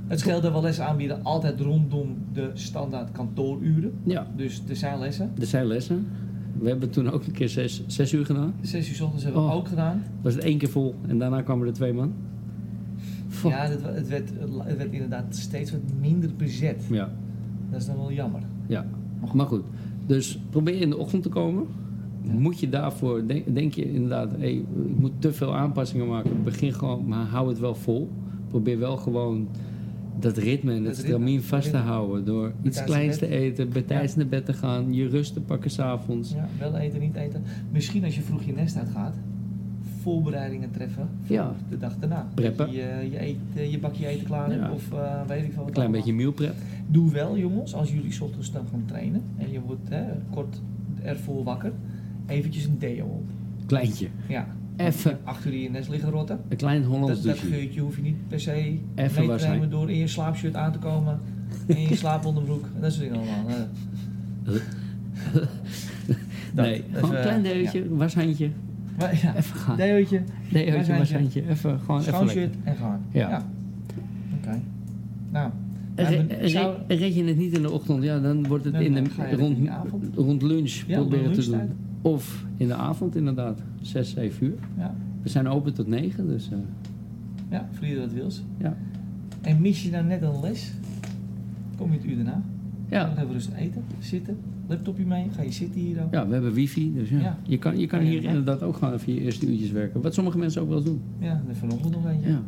[SPEAKER 2] Het scheelt dat we lessen aanbieden altijd rondom de standaard kantooruren.
[SPEAKER 1] ja,
[SPEAKER 2] Dus er zijn lessen.
[SPEAKER 1] er zijn lessen. We hebben toen ook een keer zes, zes uur gedaan.
[SPEAKER 2] Zes uur 's ochtends hebben we
[SPEAKER 1] Oh.
[SPEAKER 2] ook gedaan.
[SPEAKER 1] was het één keer vol en daarna kwamen er twee man. Fuck.
[SPEAKER 2] Ja, het, wa- het, werd, het werd inderdaad steeds wat minder bezet.
[SPEAKER 1] ja.
[SPEAKER 2] Dat is dan wel jammer.
[SPEAKER 1] Ja, maar goed. Dus probeer in de ochtend te komen. Moet je daarvoor, denk, denk je inderdaad, hey, ik moet te veel aanpassingen maken. Begin gewoon, maar hou het wel vol. Probeer wel gewoon dat ritme en dat
[SPEAKER 2] Het ritme,
[SPEAKER 1] stramien
[SPEAKER 2] het
[SPEAKER 1] vast te
[SPEAKER 2] ritme.
[SPEAKER 1] houden. Door iets
[SPEAKER 2] in
[SPEAKER 1] kleins te
[SPEAKER 2] bed.
[SPEAKER 1] eten, bij tijds naar bed te gaan, je rust te pakken s'avonds.
[SPEAKER 2] Ja, wel eten, niet eten. Misschien als je vroeg je nest uitgaat, voorbereidingen treffen voor
[SPEAKER 1] Ja.
[SPEAKER 2] de dag daarna.
[SPEAKER 1] Preppen.
[SPEAKER 2] Dat je eh, je, eet, eh, je bakje eten klaar
[SPEAKER 1] Ja.
[SPEAKER 2] hebt of eh, weet ik veel wat.
[SPEAKER 1] Een klein
[SPEAKER 2] allemaal.
[SPEAKER 1] beetje meal prep.
[SPEAKER 2] Doe wel jongens, als jullie 's ochtends dan gaan trainen en je wordt eh, kort ervoor wakker, eventjes een deo op.
[SPEAKER 1] Kleintje.
[SPEAKER 2] Ja,
[SPEAKER 1] Even
[SPEAKER 2] achter die in je nest liggen rotten.
[SPEAKER 1] een klein Hollands
[SPEAKER 2] Dat, dat
[SPEAKER 1] douche.
[SPEAKER 2] geurtje hoef je niet per se mee
[SPEAKER 1] dus Even
[SPEAKER 2] te
[SPEAKER 1] was hij.
[SPEAKER 2] nemen door in je slaapshirt aan te komen, in je slaaponderbroek, en dat soort dingen allemaal. eh. Dat,
[SPEAKER 1] Nee,
[SPEAKER 2] even,
[SPEAKER 1] gewoon een klein
[SPEAKER 2] eh,
[SPEAKER 1] deuntje, washandje.
[SPEAKER 2] Maar, ja,
[SPEAKER 1] Even gaan.
[SPEAKER 2] deootje,
[SPEAKER 1] Deuntje,
[SPEAKER 2] washandje.
[SPEAKER 1] washandje. Even, gewoon even
[SPEAKER 2] schoon
[SPEAKER 1] lekker.
[SPEAKER 2] shirt en gaan.
[SPEAKER 1] Ja.
[SPEAKER 2] Oké. Nou,
[SPEAKER 1] Re-
[SPEAKER 2] nou, dan
[SPEAKER 1] re-
[SPEAKER 2] zou-
[SPEAKER 1] red je het niet in de ochtend, ja, dan wordt het
[SPEAKER 2] Dan
[SPEAKER 1] in de,
[SPEAKER 2] ga je het
[SPEAKER 1] rond,
[SPEAKER 2] in de avond.
[SPEAKER 1] rond lunch
[SPEAKER 2] Ja, rond
[SPEAKER 1] proberen te
[SPEAKER 2] lunchtijd.
[SPEAKER 1] doen. Of in de avond inderdaad, 6, 7 uur.
[SPEAKER 2] ja,
[SPEAKER 1] We zijn open tot 9, dus eh,
[SPEAKER 2] ja, voor ieder dat wils.
[SPEAKER 1] Ja.
[SPEAKER 2] En mis je nou net een les, kom je het uur daarna.
[SPEAKER 1] ja.
[SPEAKER 2] Nog even rustig eten, zitten, laptopje mee, ga je zitten hier ook.
[SPEAKER 1] ja, we hebben wifi, dus ja.
[SPEAKER 2] Ja.
[SPEAKER 1] Je kan, je kan
[SPEAKER 2] Ja,
[SPEAKER 1] hier
[SPEAKER 2] ja.
[SPEAKER 1] inderdaad ook gewoon even je eerste uurtjes werken. Wat sommige mensen ook wel eens doen.
[SPEAKER 2] Ja, en vanochtend nog eentje.
[SPEAKER 1] Ja.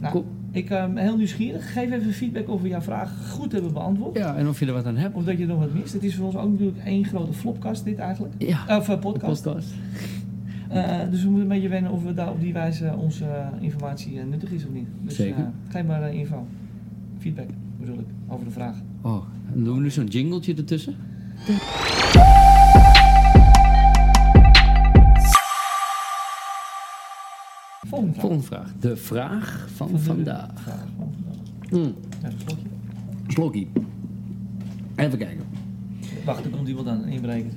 [SPEAKER 2] Nou,
[SPEAKER 1] Cool.
[SPEAKER 2] ik eh, ben heel nieuwsgierig. Geef even feedback of we jouw vraag goed hebben beantwoord.
[SPEAKER 1] ja, en of je er wat aan hebt.
[SPEAKER 2] Of dat je nog wat mist. Het is voor ons ook natuurlijk één grote flopkast dit eigenlijk.
[SPEAKER 1] Ja,
[SPEAKER 2] Of eh,
[SPEAKER 1] de
[SPEAKER 2] podcast.
[SPEAKER 1] podcast.
[SPEAKER 2] Eh, dus we moeten een beetje wennen of we daar op die wijze onze eh, informatie eh, nuttig is of niet. Dus,
[SPEAKER 1] Zeker.
[SPEAKER 2] eh, geef maar eh, info. Feedback bedoel ik, over de vraag.
[SPEAKER 1] Oh, dan doen we nu zo'n jingletje ertussen.
[SPEAKER 2] Volgende vraag.
[SPEAKER 1] Volgende vraag. De vraag van
[SPEAKER 2] Volgende
[SPEAKER 1] vandaag.
[SPEAKER 2] Vraag van vandaag.
[SPEAKER 1] Mm,
[SPEAKER 2] Even een slokje.
[SPEAKER 1] slokkie. Even kijken.
[SPEAKER 2] Wacht, er komt iemand aan, een inbreker.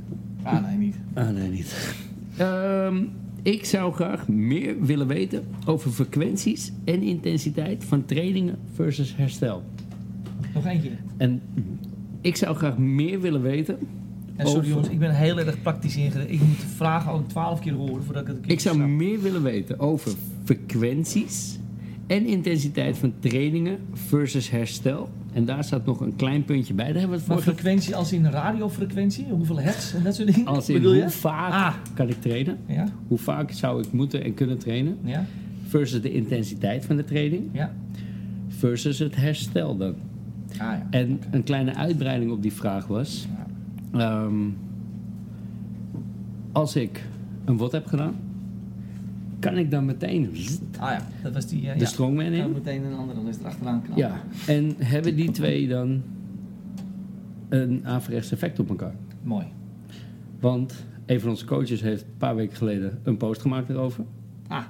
[SPEAKER 2] Ah, nee, niet.
[SPEAKER 1] Ah, nee, niet. Ehm, ik zou graag meer willen weten over frequenties en intensiteit van trainingen versus herstel.
[SPEAKER 2] Nog eentje.
[SPEAKER 1] En ik zou graag meer willen weten.
[SPEAKER 2] En sorry
[SPEAKER 1] over-
[SPEAKER 2] jongens, ik ben heel erg praktisch ingericht. Ik moet de vragen ook twaalf keer horen voordat ik het een keer
[SPEAKER 1] Ik zou
[SPEAKER 2] snap.
[SPEAKER 1] meer willen weten over frequenties en intensiteit van trainingen versus herstel. En daar staat nog een klein puntje bij. Daar hebben we het
[SPEAKER 2] Maar
[SPEAKER 1] vorige
[SPEAKER 2] frequentie als in radiofrequentie? Hoeveel hertz en dat soort dingen?
[SPEAKER 1] Als in
[SPEAKER 2] bedoel
[SPEAKER 1] hoe
[SPEAKER 2] je?
[SPEAKER 1] vaak
[SPEAKER 2] Ah.
[SPEAKER 1] kan ik trainen?
[SPEAKER 2] Ja,
[SPEAKER 1] Hoe vaak zou ik moeten en kunnen trainen?
[SPEAKER 2] ja,
[SPEAKER 1] Versus de intensiteit van de training.
[SPEAKER 2] ja.
[SPEAKER 1] Versus het herstel dan.
[SPEAKER 2] Ah ja.
[SPEAKER 1] En een kleine uitbreiding op die vraag was...
[SPEAKER 2] Ja.
[SPEAKER 1] ehm, als ik een wat heb gedaan... kan ik dan meteen
[SPEAKER 2] Ah ja, dat was die... eh,
[SPEAKER 1] de
[SPEAKER 2] ja.
[SPEAKER 1] strongman
[SPEAKER 2] Ik ga
[SPEAKER 1] in?
[SPEAKER 2] meteen een andere les erachteraan knallen.
[SPEAKER 1] Ja. En hebben die twee dan een averechts effect op elkaar?
[SPEAKER 2] Mooi.
[SPEAKER 1] Want een van onze coaches heeft een paar weken geleden een post gemaakt erover...
[SPEAKER 2] Ah,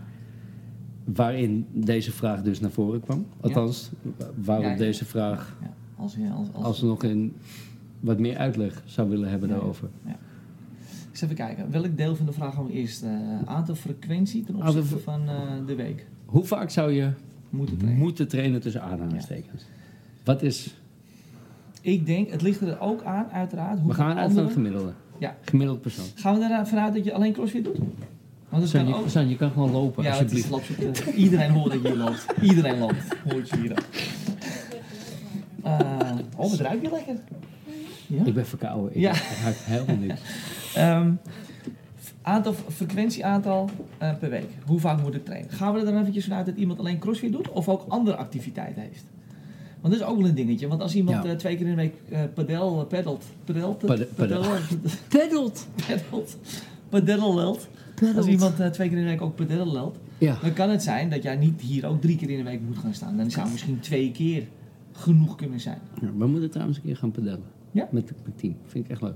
[SPEAKER 1] Waarin deze vraag dus naar voren kwam. Althans, wa- waarop
[SPEAKER 2] Ja, ja.
[SPEAKER 1] deze vraag,
[SPEAKER 2] ja. Als, je- als, als,
[SPEAKER 1] als we nog in wat meer uitleg zou willen hebben
[SPEAKER 2] Ja, ja.
[SPEAKER 1] daarover.
[SPEAKER 2] Eens even kijken. Welk deel van de vraag gaan we eerst? eh aantal frequentie ten
[SPEAKER 1] Aantal
[SPEAKER 2] opzichte
[SPEAKER 1] fre-
[SPEAKER 2] van eh, de week.
[SPEAKER 1] Hoe vaak zou je
[SPEAKER 2] Moeten trainen.
[SPEAKER 1] moeten trainen tussen aanhalingstekens? Wat is,
[SPEAKER 2] Ik denk, het ligt er ook aan uiteraard.
[SPEAKER 1] we
[SPEAKER 2] hoeveel
[SPEAKER 1] gaan uit van
[SPEAKER 2] anderen-
[SPEAKER 1] het gemiddelde.
[SPEAKER 2] Ja.
[SPEAKER 1] Gemiddeld persoon.
[SPEAKER 2] Gaan we ervan uit dat je alleen crossfit doet? Want dat
[SPEAKER 1] San,
[SPEAKER 2] kan
[SPEAKER 1] je,
[SPEAKER 2] ook.
[SPEAKER 1] San, je kan gewoon lopen,
[SPEAKER 2] Ja, het is
[SPEAKER 1] alsjeblieft.
[SPEAKER 2] lapsus. Eh, Iedereen hoort dat je hier loopt. Iedereen loopt. Hoort je hier ook. Eh, oh, het ruikt je lekker. Ja.
[SPEAKER 1] Ik ben verkouden. Ik
[SPEAKER 2] Ja.
[SPEAKER 1] ik ruik helemaal niks.
[SPEAKER 2] Ehm, aantal, frequentieaantal eh, per week. Hoe vaak moet ik trainen? Gaan we er dan eventjes vanuit dat iemand alleen crossfit doet of ook andere activiteiten heeft? Want dat is ook wel een dingetje. Want als iemand
[SPEAKER 1] Ja.
[SPEAKER 2] eh, twee keer in de week eh padel, eh, peddelt, pedelt,
[SPEAKER 1] Pade- padel. Peddelt!
[SPEAKER 2] peddelt, pedelelt. Als iemand eh, twee keer in de week ook pedelelt,
[SPEAKER 1] Ja.
[SPEAKER 2] dan kan het zijn dat jij niet hier ook drie keer in de week moet gaan staan. Dan zou misschien twee keer genoeg kunnen zijn.
[SPEAKER 1] Ja, We moeten trouwens een keer gaan pedellen.
[SPEAKER 2] Ja.
[SPEAKER 1] Met het team. Vind ik echt leuk.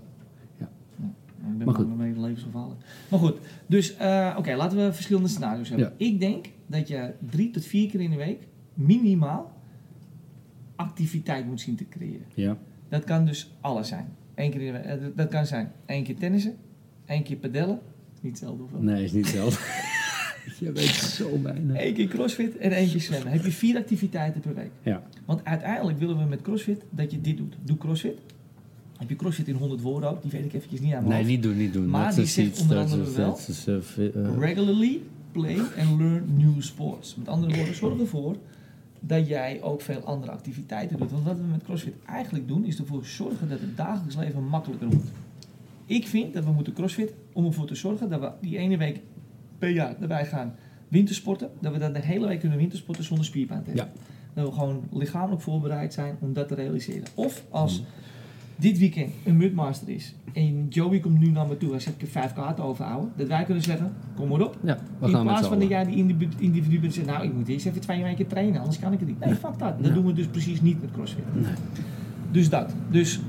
[SPEAKER 2] Ik ben
[SPEAKER 1] Maar
[SPEAKER 2] maar
[SPEAKER 1] goed.
[SPEAKER 2] goed. mijn levensgevallen. Maar goed, dus eh, oké, laten we verschillende scenario's hebben. Ik denk dat je drie tot vier keer in de week minimaal activiteit moet zien te creëren.
[SPEAKER 1] Ja.
[SPEAKER 2] Dat kan dus alles zijn. Eén keer in de week, eh, dat kan zijn één keer tennissen, één keer padellen, niet hetzelfde hoeveel.
[SPEAKER 1] Nee, is niet zelf. je weet zo weinig.
[SPEAKER 2] Eén keer crossfit en één keer zwemmen. Heb je vier activiteiten per week.
[SPEAKER 1] Ja.
[SPEAKER 2] Want uiteindelijk willen we met crossfit dat je dit doet. Doe crossfit. Heb je crossfit in 100 woorden ook? Die weet ik eventjes niet aan mijn
[SPEAKER 1] Nee, niet doen, niet doen.
[SPEAKER 2] Maar
[SPEAKER 1] dat
[SPEAKER 2] die
[SPEAKER 1] is
[SPEAKER 2] zegt
[SPEAKER 1] niet,
[SPEAKER 2] onder
[SPEAKER 1] dat
[SPEAKER 2] andere
[SPEAKER 1] is,
[SPEAKER 2] wel-
[SPEAKER 1] dat is, eh, ve- eh,
[SPEAKER 2] Regularly play and learn new sports. Met andere woorden, zorg ervoor dat jij ook veel andere activiteiten doet. Want wat we met CrossFit eigenlijk doen, is ervoor zorgen dat het dagelijks leven makkelijker wordt. Ik vind dat we moeten CrossFit om ervoor te zorgen dat we die ene week per jaar dat wij gaan wintersporten, dat we dat de hele week kunnen wintersporten zonder spierpijn te hebben. Dat we gewoon lichamelijk voorbereid zijn om dat te realiseren. Of als dit weekend een mudmaster is en Joey komt nu naar me toe en zegt ik heb vijf kaarten overhouden, dat wij kunnen zeggen, kom maar op,
[SPEAKER 1] ja, we gaan
[SPEAKER 2] in
[SPEAKER 1] met
[SPEAKER 2] plaats
[SPEAKER 1] z'n
[SPEAKER 2] van
[SPEAKER 1] allen.
[SPEAKER 2] dat jij die individu, individu bent en zegt, nou ik moet eerst even twee weken trainen, anders kan ik het niet. Nee, fuck dat. Dat
[SPEAKER 1] Ja.
[SPEAKER 2] doen we dus precies niet met CrossFit. Dus dat. Dus,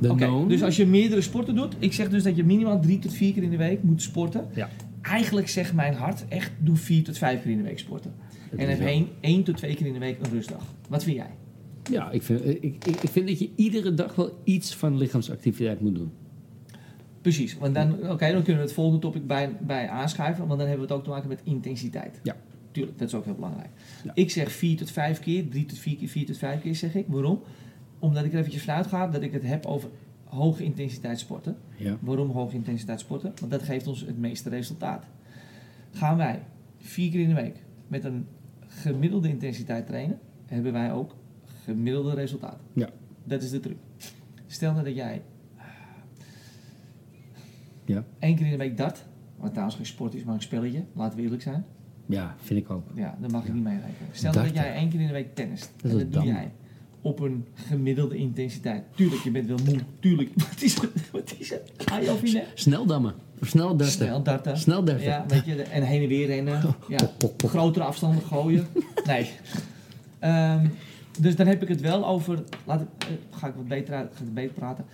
[SPEAKER 1] De
[SPEAKER 2] oké,
[SPEAKER 1] known.
[SPEAKER 2] dus als je meerdere sporten doet, ik zeg dus dat je minimaal drie tot vier keer in de week moet sporten.
[SPEAKER 1] Ja.
[SPEAKER 2] Eigenlijk zegt mijn hart echt, doe vier tot vijf keer in de week sporten.
[SPEAKER 1] Het
[SPEAKER 2] en
[SPEAKER 1] is
[SPEAKER 2] heb
[SPEAKER 1] wel-
[SPEAKER 2] één, één tot twee keer in de week een rustdag. Wat vind jij?
[SPEAKER 1] Ja, ik vind, ik, ik, ik vind dat je iedere dag wel iets van lichaamsactiviteit moet doen.
[SPEAKER 2] Precies, want dan, oké, dan kunnen we het volgende topic bij, bij aanschuiven, want dan hebben we het ook te maken met intensiteit.
[SPEAKER 1] Ja.
[SPEAKER 2] Tuurlijk, dat is ook heel belangrijk.
[SPEAKER 1] Ja.
[SPEAKER 2] Ik zeg 4 tot 5 keer, 3 tot 4 keer, 4 tot 5 keer zeg ik. Waarom? Omdat ik er eventjes vanuit ga dat ik het heb over hoge intensiteit sporten.
[SPEAKER 1] Ja.
[SPEAKER 2] Waarom hoge intensiteit sporten? Want dat geeft ons het meeste resultaat. Gaan wij vier keer in de week met een gemiddelde intensiteit trainen, hebben wij ook gemiddelde resultaat.
[SPEAKER 1] Ja.
[SPEAKER 2] Dat is de truc. Stel nou dat jij ah,
[SPEAKER 1] Ja.
[SPEAKER 2] één keer in de week dart, wat trouwens geen sport is, maar een spelletje, laten we eerlijk zijn.
[SPEAKER 1] Ja, vind ik ook.
[SPEAKER 2] Ja, dat mag ik niet meerekenen. Stel nou
[SPEAKER 1] Darten.
[SPEAKER 2] dat jij één keer in de week tennist.
[SPEAKER 1] Dat is
[SPEAKER 2] en
[SPEAKER 1] een
[SPEAKER 2] dat doe
[SPEAKER 1] dam.
[SPEAKER 2] jij op een gemiddelde intensiteit. Tuurlijk, je bent wel moe. Tuurlijk. Wat is het? Wat is het? Ga je of je net?
[SPEAKER 1] Snel dammen. Of snel darten.
[SPEAKER 2] Snel darten.
[SPEAKER 1] Snel darten.
[SPEAKER 2] Ja, weet je, de- en heen en weer rennen. Ja,
[SPEAKER 1] Pop, pop, pop.
[SPEAKER 2] grotere afstanden gooien. Nee. Ehm, Dus dan heb ik het wel over, laat ik, eh, ga ik wat beter, uit- ga ik beter praten.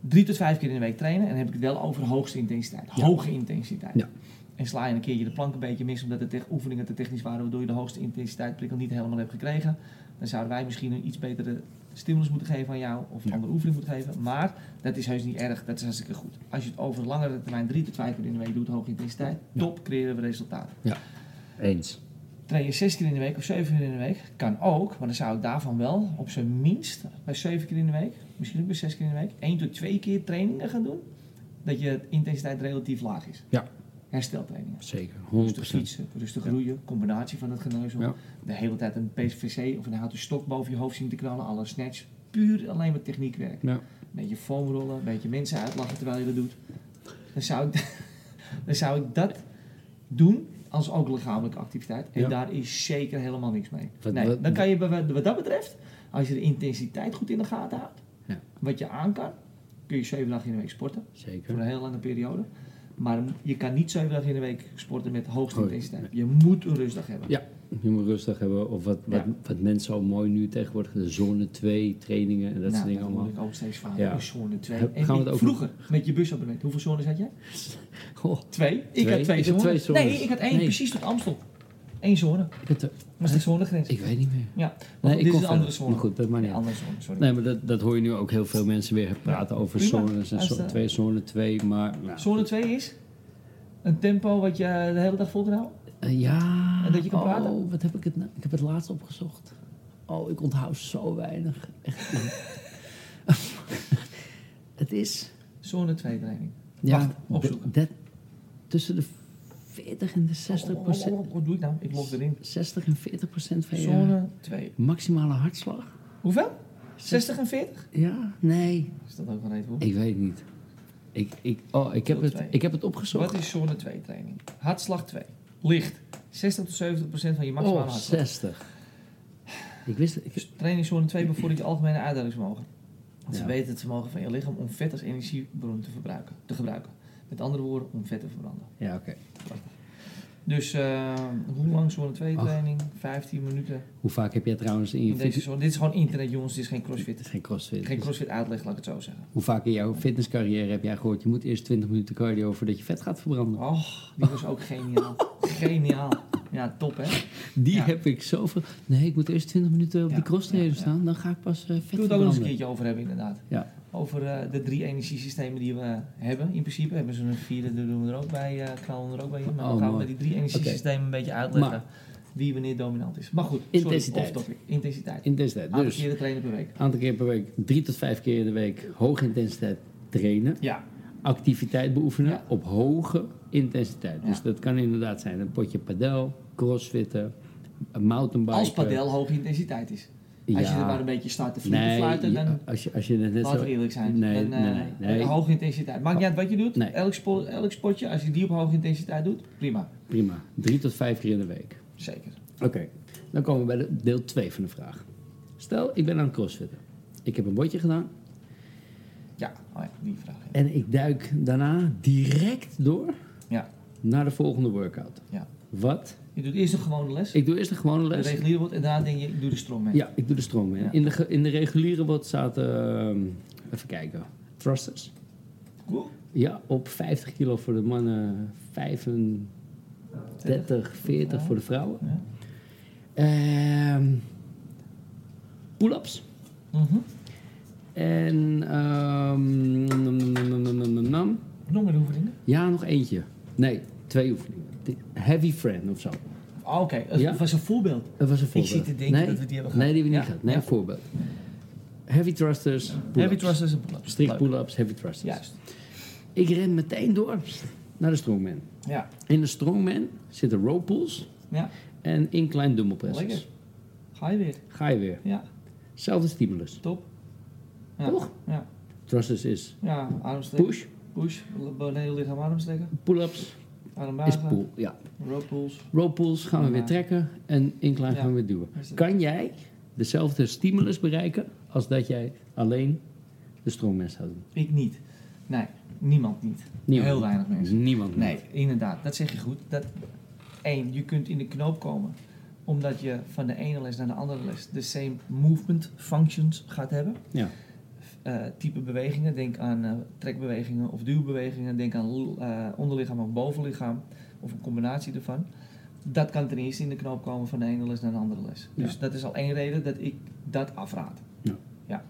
[SPEAKER 2] Drie tot vijf keer in de week trainen. En dan heb ik het wel over hoogste intensiteit.
[SPEAKER 1] Ja.
[SPEAKER 2] Hoge intensiteit.
[SPEAKER 1] Ja.
[SPEAKER 2] En sla je een keertje de plank een beetje mis, omdat de te- oefeningen te technisch waren, waardoor je de hoogste intensiteit prikkel niet helemaal hebt gekregen. Dan zouden wij misschien een iets betere stimulus moeten geven aan jou, of een
[SPEAKER 1] Ja.
[SPEAKER 2] andere oefening moeten geven. Maar dat is heus niet erg, dat is hartstikke goed. Als je het over een langere termijn drie tot vijf keer in de week doet, hoge intensiteit,
[SPEAKER 1] Ja.
[SPEAKER 2] top, creëren we resultaat.
[SPEAKER 3] Eens.
[SPEAKER 2] Train je zes keer in de week of zeven keer in de week, kan ook, maar dan zou ik daarvan wel op zijn minst bij zeven keer in de week, misschien ook bij zes keer in de week, één tot twee keer trainingen gaan doen, dat je intensiteit relatief laag is.
[SPEAKER 1] Ja.
[SPEAKER 2] Hersteltrainingen.
[SPEAKER 1] Zeker, 100%.
[SPEAKER 2] Rustig fietsen, rustig roeien, combinatie van het geneuzel.
[SPEAKER 1] Ja.
[SPEAKER 2] De hele tijd een PVC of een houten stok boven je hoofd zien te knallen, alle snatch. Puur alleen maar techniekwerk.
[SPEAKER 1] Ja.
[SPEAKER 2] Een beetje foamrollen, een beetje mensen uitlachen terwijl je dat doet. Dan zou ik, dan zou ik dat doen als ook lichamelijke activiteit. En
[SPEAKER 1] Ja.
[SPEAKER 2] daar is zeker helemaal niks mee.
[SPEAKER 3] Wat-
[SPEAKER 2] nee,
[SPEAKER 3] wat-
[SPEAKER 2] dan kan je bij- wat, wat dat betreft, als je de intensiteit goed in de gaten houdt,
[SPEAKER 1] Ja.
[SPEAKER 2] wat je aan kan, kun je zeven dagen in de week sporten. Voor
[SPEAKER 3] Zeker.
[SPEAKER 2] een heel lange periode. Maar je kan niet zeven dagen in de week sporten met de hoogste
[SPEAKER 1] Oh,
[SPEAKER 2] intensiteit. Je moet een rustdag hebben.
[SPEAKER 1] Ja, je moet rustig hebben. Of wat, wat,
[SPEAKER 2] Ja.
[SPEAKER 1] wat mensen al mooi nu tegenwoordig, de zone 2 trainingen en dat
[SPEAKER 2] Nou,
[SPEAKER 1] soort dingen
[SPEAKER 2] hoor
[SPEAKER 1] allemaal.
[SPEAKER 2] ik ook steeds vaker.
[SPEAKER 1] Ja.
[SPEAKER 2] Een zone 2.
[SPEAKER 1] Gaan we het over-
[SPEAKER 2] vroeger, met je busabonnement, hoeveel zones had jij?
[SPEAKER 1] Goh,
[SPEAKER 2] Twee. Ik
[SPEAKER 1] Twee?
[SPEAKER 2] had twee
[SPEAKER 1] Ik had
[SPEAKER 2] zones.
[SPEAKER 1] twee zones.
[SPEAKER 2] Nee, ik had één,
[SPEAKER 1] Nee.
[SPEAKER 2] precies tot Amstel. Eén zone.
[SPEAKER 1] ik, heb te-
[SPEAKER 2] Was de zonegrens.
[SPEAKER 1] ik weet niet meer.
[SPEAKER 2] Ja, maar
[SPEAKER 1] Nee,
[SPEAKER 2] goed,
[SPEAKER 1] ik
[SPEAKER 2] dit
[SPEAKER 1] kon
[SPEAKER 2] is een andere
[SPEAKER 1] verder.
[SPEAKER 2] zone.
[SPEAKER 1] Maar goed, dat maakt niet
[SPEAKER 2] Ja,
[SPEAKER 1] uit.
[SPEAKER 2] andere zone, sorry.
[SPEAKER 1] Nee, maar dat, dat hoor je nu ook heel veel mensen weer praten over
[SPEAKER 2] Prima.
[SPEAKER 1] zones en
[SPEAKER 2] Als
[SPEAKER 1] zo,
[SPEAKER 2] de-
[SPEAKER 1] twee, zone 2, maar... nou,
[SPEAKER 2] Zone 2 is een tempo wat je de hele dag vol kan houden.
[SPEAKER 1] eh, ja...
[SPEAKER 2] En dat je kan
[SPEAKER 1] oh,
[SPEAKER 2] praten?
[SPEAKER 1] wat heb ik het nou? Ik heb het laatst opgezocht. Oh, ik onthoud zo weinig. Echt. het is...
[SPEAKER 2] Zone 2 training.
[SPEAKER 1] Ja,
[SPEAKER 2] Wacht, opzoeken.
[SPEAKER 1] dat- tussen de 40 en de 60
[SPEAKER 2] Oh, oh, oh, oh, Wat doe ik nou? Ik log erin.
[SPEAKER 1] 60 en 40 procent van je
[SPEAKER 2] Zone 2.
[SPEAKER 1] maximale hartslag?
[SPEAKER 2] Hoeveel? 60 en 40?
[SPEAKER 1] Ja, nee.
[SPEAKER 2] Is dat ook wel even hoe?
[SPEAKER 1] Ik weet niet. Ik, ik, oh, ik, heb,
[SPEAKER 2] Heel
[SPEAKER 1] het,
[SPEAKER 2] twee.
[SPEAKER 1] ik heb het opgezocht.
[SPEAKER 2] Wat is zone 2 training? Hartslag 2. Licht. 60 tot 70 procent van je maximale
[SPEAKER 1] Oh,
[SPEAKER 2] hartslag.
[SPEAKER 1] 60. Ik wist het. ik-
[SPEAKER 2] Dus training zone 2 bevordert je algemene aardhoudingsvermogen. Want ze
[SPEAKER 1] Ja.
[SPEAKER 2] weten het vermogen van je lichaam om vet als energiebron te, verbruiken, te gebruiken. Met andere woorden, om vet te verbranden.
[SPEAKER 1] ja, oké.
[SPEAKER 2] Dus eh, hoe lang zone 2
[SPEAKER 1] Ach.
[SPEAKER 2] training? 15 minuten
[SPEAKER 1] Hoe vaak heb jij trouwens in je
[SPEAKER 2] in deze
[SPEAKER 1] fitness...
[SPEAKER 2] zone. Dit is gewoon internet jongens, dit is geen crossfit.
[SPEAKER 1] Geen crossfit.
[SPEAKER 2] Geen
[SPEAKER 1] Dus
[SPEAKER 2] crossfit uitleg, laat ik het zo zeggen.
[SPEAKER 1] Hoe vaak in jouw fitnesscarrière heb jij gehoord... je moet eerst 20 minuten cardio voordat je vet gaat verbranden.
[SPEAKER 2] Oh, die was ook geniaal. Geniaal. Ja, top hè.
[SPEAKER 1] Die
[SPEAKER 2] ja.
[SPEAKER 1] heb ik zoveel... Nee, ik moet eerst 20 minuten op
[SPEAKER 2] Ja,
[SPEAKER 1] die crosstrainer
[SPEAKER 2] ja, ja.
[SPEAKER 1] staan... dan ga ik pas eh, vet
[SPEAKER 2] Ik wil het ook nog
[SPEAKER 1] verbranden.
[SPEAKER 2] eens een keertje over hebben, inderdaad.
[SPEAKER 1] Ja.
[SPEAKER 2] Over eh, de drie energiesystemen die we hebben. In principe hebben ze een vierde, daar doen we er ook bij, eh knallen we er ook bij in. Maar
[SPEAKER 1] Oh,
[SPEAKER 2] dan gaan we
[SPEAKER 1] mooi.
[SPEAKER 2] die drie energiesystemen een beetje uitleggen
[SPEAKER 1] Maar-
[SPEAKER 2] wie wanneer dominant is. Maar goed,
[SPEAKER 1] Intensiteit.
[SPEAKER 2] Sorry, off-topic. Intensiteit.
[SPEAKER 1] Intensiteit.
[SPEAKER 2] Aantal
[SPEAKER 1] Dus
[SPEAKER 2] keren trainen per week.
[SPEAKER 1] aantal keer per week, drie tot vijf keer in de week, hoge intensiteit trainen.
[SPEAKER 2] Ja,
[SPEAKER 1] Activiteit beoefenen
[SPEAKER 2] Ja.
[SPEAKER 1] op hoge intensiteit. Dus
[SPEAKER 2] Ja.
[SPEAKER 1] dat kan inderdaad zijn een potje padel, crossfitten, een mountainbiken.
[SPEAKER 2] als padel hoge intensiteit is.
[SPEAKER 1] eh, Ja.
[SPEAKER 2] Als je er maar een beetje staat te vliegen,
[SPEAKER 1] nee,
[SPEAKER 2] fluiten,
[SPEAKER 1] ja,
[SPEAKER 2] dan...
[SPEAKER 1] als je, als je het net
[SPEAKER 2] Laten
[SPEAKER 1] zo...
[SPEAKER 2] we eerlijk zijn.
[SPEAKER 1] Nee,
[SPEAKER 2] dan, eh,
[SPEAKER 1] nee, nee.
[SPEAKER 2] Hoge intensiteit. Maakt niet uit wat je doet.
[SPEAKER 1] Nee.
[SPEAKER 2] Elk, spo- elk spotje, als je die op hoge intensiteit doet, prima.
[SPEAKER 1] Prima. Drie tot vijf keer in de week.
[SPEAKER 2] Zeker.
[SPEAKER 1] Oké, dan komen we bij de deel 2 van de vraag. Stel, ik ben aan het crossfitten. Ik heb een bordje gedaan
[SPEAKER 2] Ja, oh ja, die vraag. ja.
[SPEAKER 1] en ik duik daarna direct door
[SPEAKER 2] Ja,
[SPEAKER 1] naar de volgende workout.
[SPEAKER 2] ja.
[SPEAKER 1] Wat?
[SPEAKER 2] Je doet eerst een gewone les.
[SPEAKER 1] Ik doe eerst een gewone
[SPEAKER 2] de
[SPEAKER 1] les.
[SPEAKER 2] reguliere wordt en daarna denk je, ik doe de strom mee.
[SPEAKER 1] Ja, ik doe de stroom in.
[SPEAKER 2] Ja.
[SPEAKER 1] In, de, ge- in de reguliere wat zaten, ehm, even kijken, thrusters.
[SPEAKER 2] Cool.
[SPEAKER 1] Ja, op 50 kilo voor de mannen, 35, 40 voor de vrouwen.
[SPEAKER 2] Ja.
[SPEAKER 1] Ehm Pull-ups.
[SPEAKER 2] Mhm.
[SPEAKER 1] En, ehm, nam, nam, nam, nam, nam, nam, nam.
[SPEAKER 2] Nog meer oefeningen?
[SPEAKER 1] ja, nog eentje. Nee, twee oefeningen. De- Heavy friend of zo.
[SPEAKER 2] Oh, Oké, dat
[SPEAKER 1] Ja.
[SPEAKER 2] was een voorbeeld.
[SPEAKER 1] Dat was een voorbeeld.
[SPEAKER 2] zit te denken
[SPEAKER 1] Nee,
[SPEAKER 2] dat we die hebben
[SPEAKER 1] Nee,
[SPEAKER 2] gehad.
[SPEAKER 1] die hebben we
[SPEAKER 2] Ja,
[SPEAKER 1] niet gehad. Nee,
[SPEAKER 2] ja.
[SPEAKER 1] een voorbeeld. Heavy thrusters, pull-ups.
[SPEAKER 2] Heavy thrusters en pull-ups.
[SPEAKER 1] Strikt
[SPEAKER 2] Leuk.
[SPEAKER 1] pull-ups, heavy thrusters.
[SPEAKER 2] Juist.
[SPEAKER 1] Ik ren meteen door naar de strongman.
[SPEAKER 2] Ja.
[SPEAKER 1] In de strongman zitten row pulls
[SPEAKER 2] ja,
[SPEAKER 1] en incline dumbbell presses.
[SPEAKER 2] lekker. Ga je weer.
[SPEAKER 1] Ga je weer.
[SPEAKER 2] Ja,
[SPEAKER 1] Zelfde stimulus.
[SPEAKER 2] top. Ja.
[SPEAKER 1] Toch?
[SPEAKER 2] Ja,
[SPEAKER 1] Thrusters is
[SPEAKER 2] ja armstrekken.
[SPEAKER 1] push,
[SPEAKER 2] Push. Beneden je lichaam armstrekken.
[SPEAKER 1] pull-ups is
[SPEAKER 2] Armbuigen.
[SPEAKER 1] pull. Ja.
[SPEAKER 2] Rope pulls.
[SPEAKER 1] Row pulls gaan we
[SPEAKER 2] Ja.
[SPEAKER 1] weer trekken en incline
[SPEAKER 2] Ja.
[SPEAKER 1] gaan we weer duwen.
[SPEAKER 2] Is het-
[SPEAKER 1] Kan jij dezelfde stimulus bereiken als dat jij alleen de strongman zou doen?
[SPEAKER 2] Ik niet. Nee, niemand niet.
[SPEAKER 1] Niemand.
[SPEAKER 2] Heel weinig mensen.
[SPEAKER 1] Niemand.
[SPEAKER 2] Nee, inderdaad. Dat zeg je goed. Dat, één, je kunt in de knoop komen Omdat je van de ene les naar de andere les de same movement functions gaat hebben.
[SPEAKER 1] Ja.
[SPEAKER 2] Eh, type bewegingen, denk aan eh, trekbewegingen of duwbewegingen, denk aan l- eh, onderlichaam of bovenlichaam of een combinatie ervan. Dat kan ten eerste in de knoop komen van de ene les naar de andere les.
[SPEAKER 1] Ja.
[SPEAKER 2] Dus dat is al één reden dat ik dat afraad.
[SPEAKER 1] Ja.
[SPEAKER 2] Ja.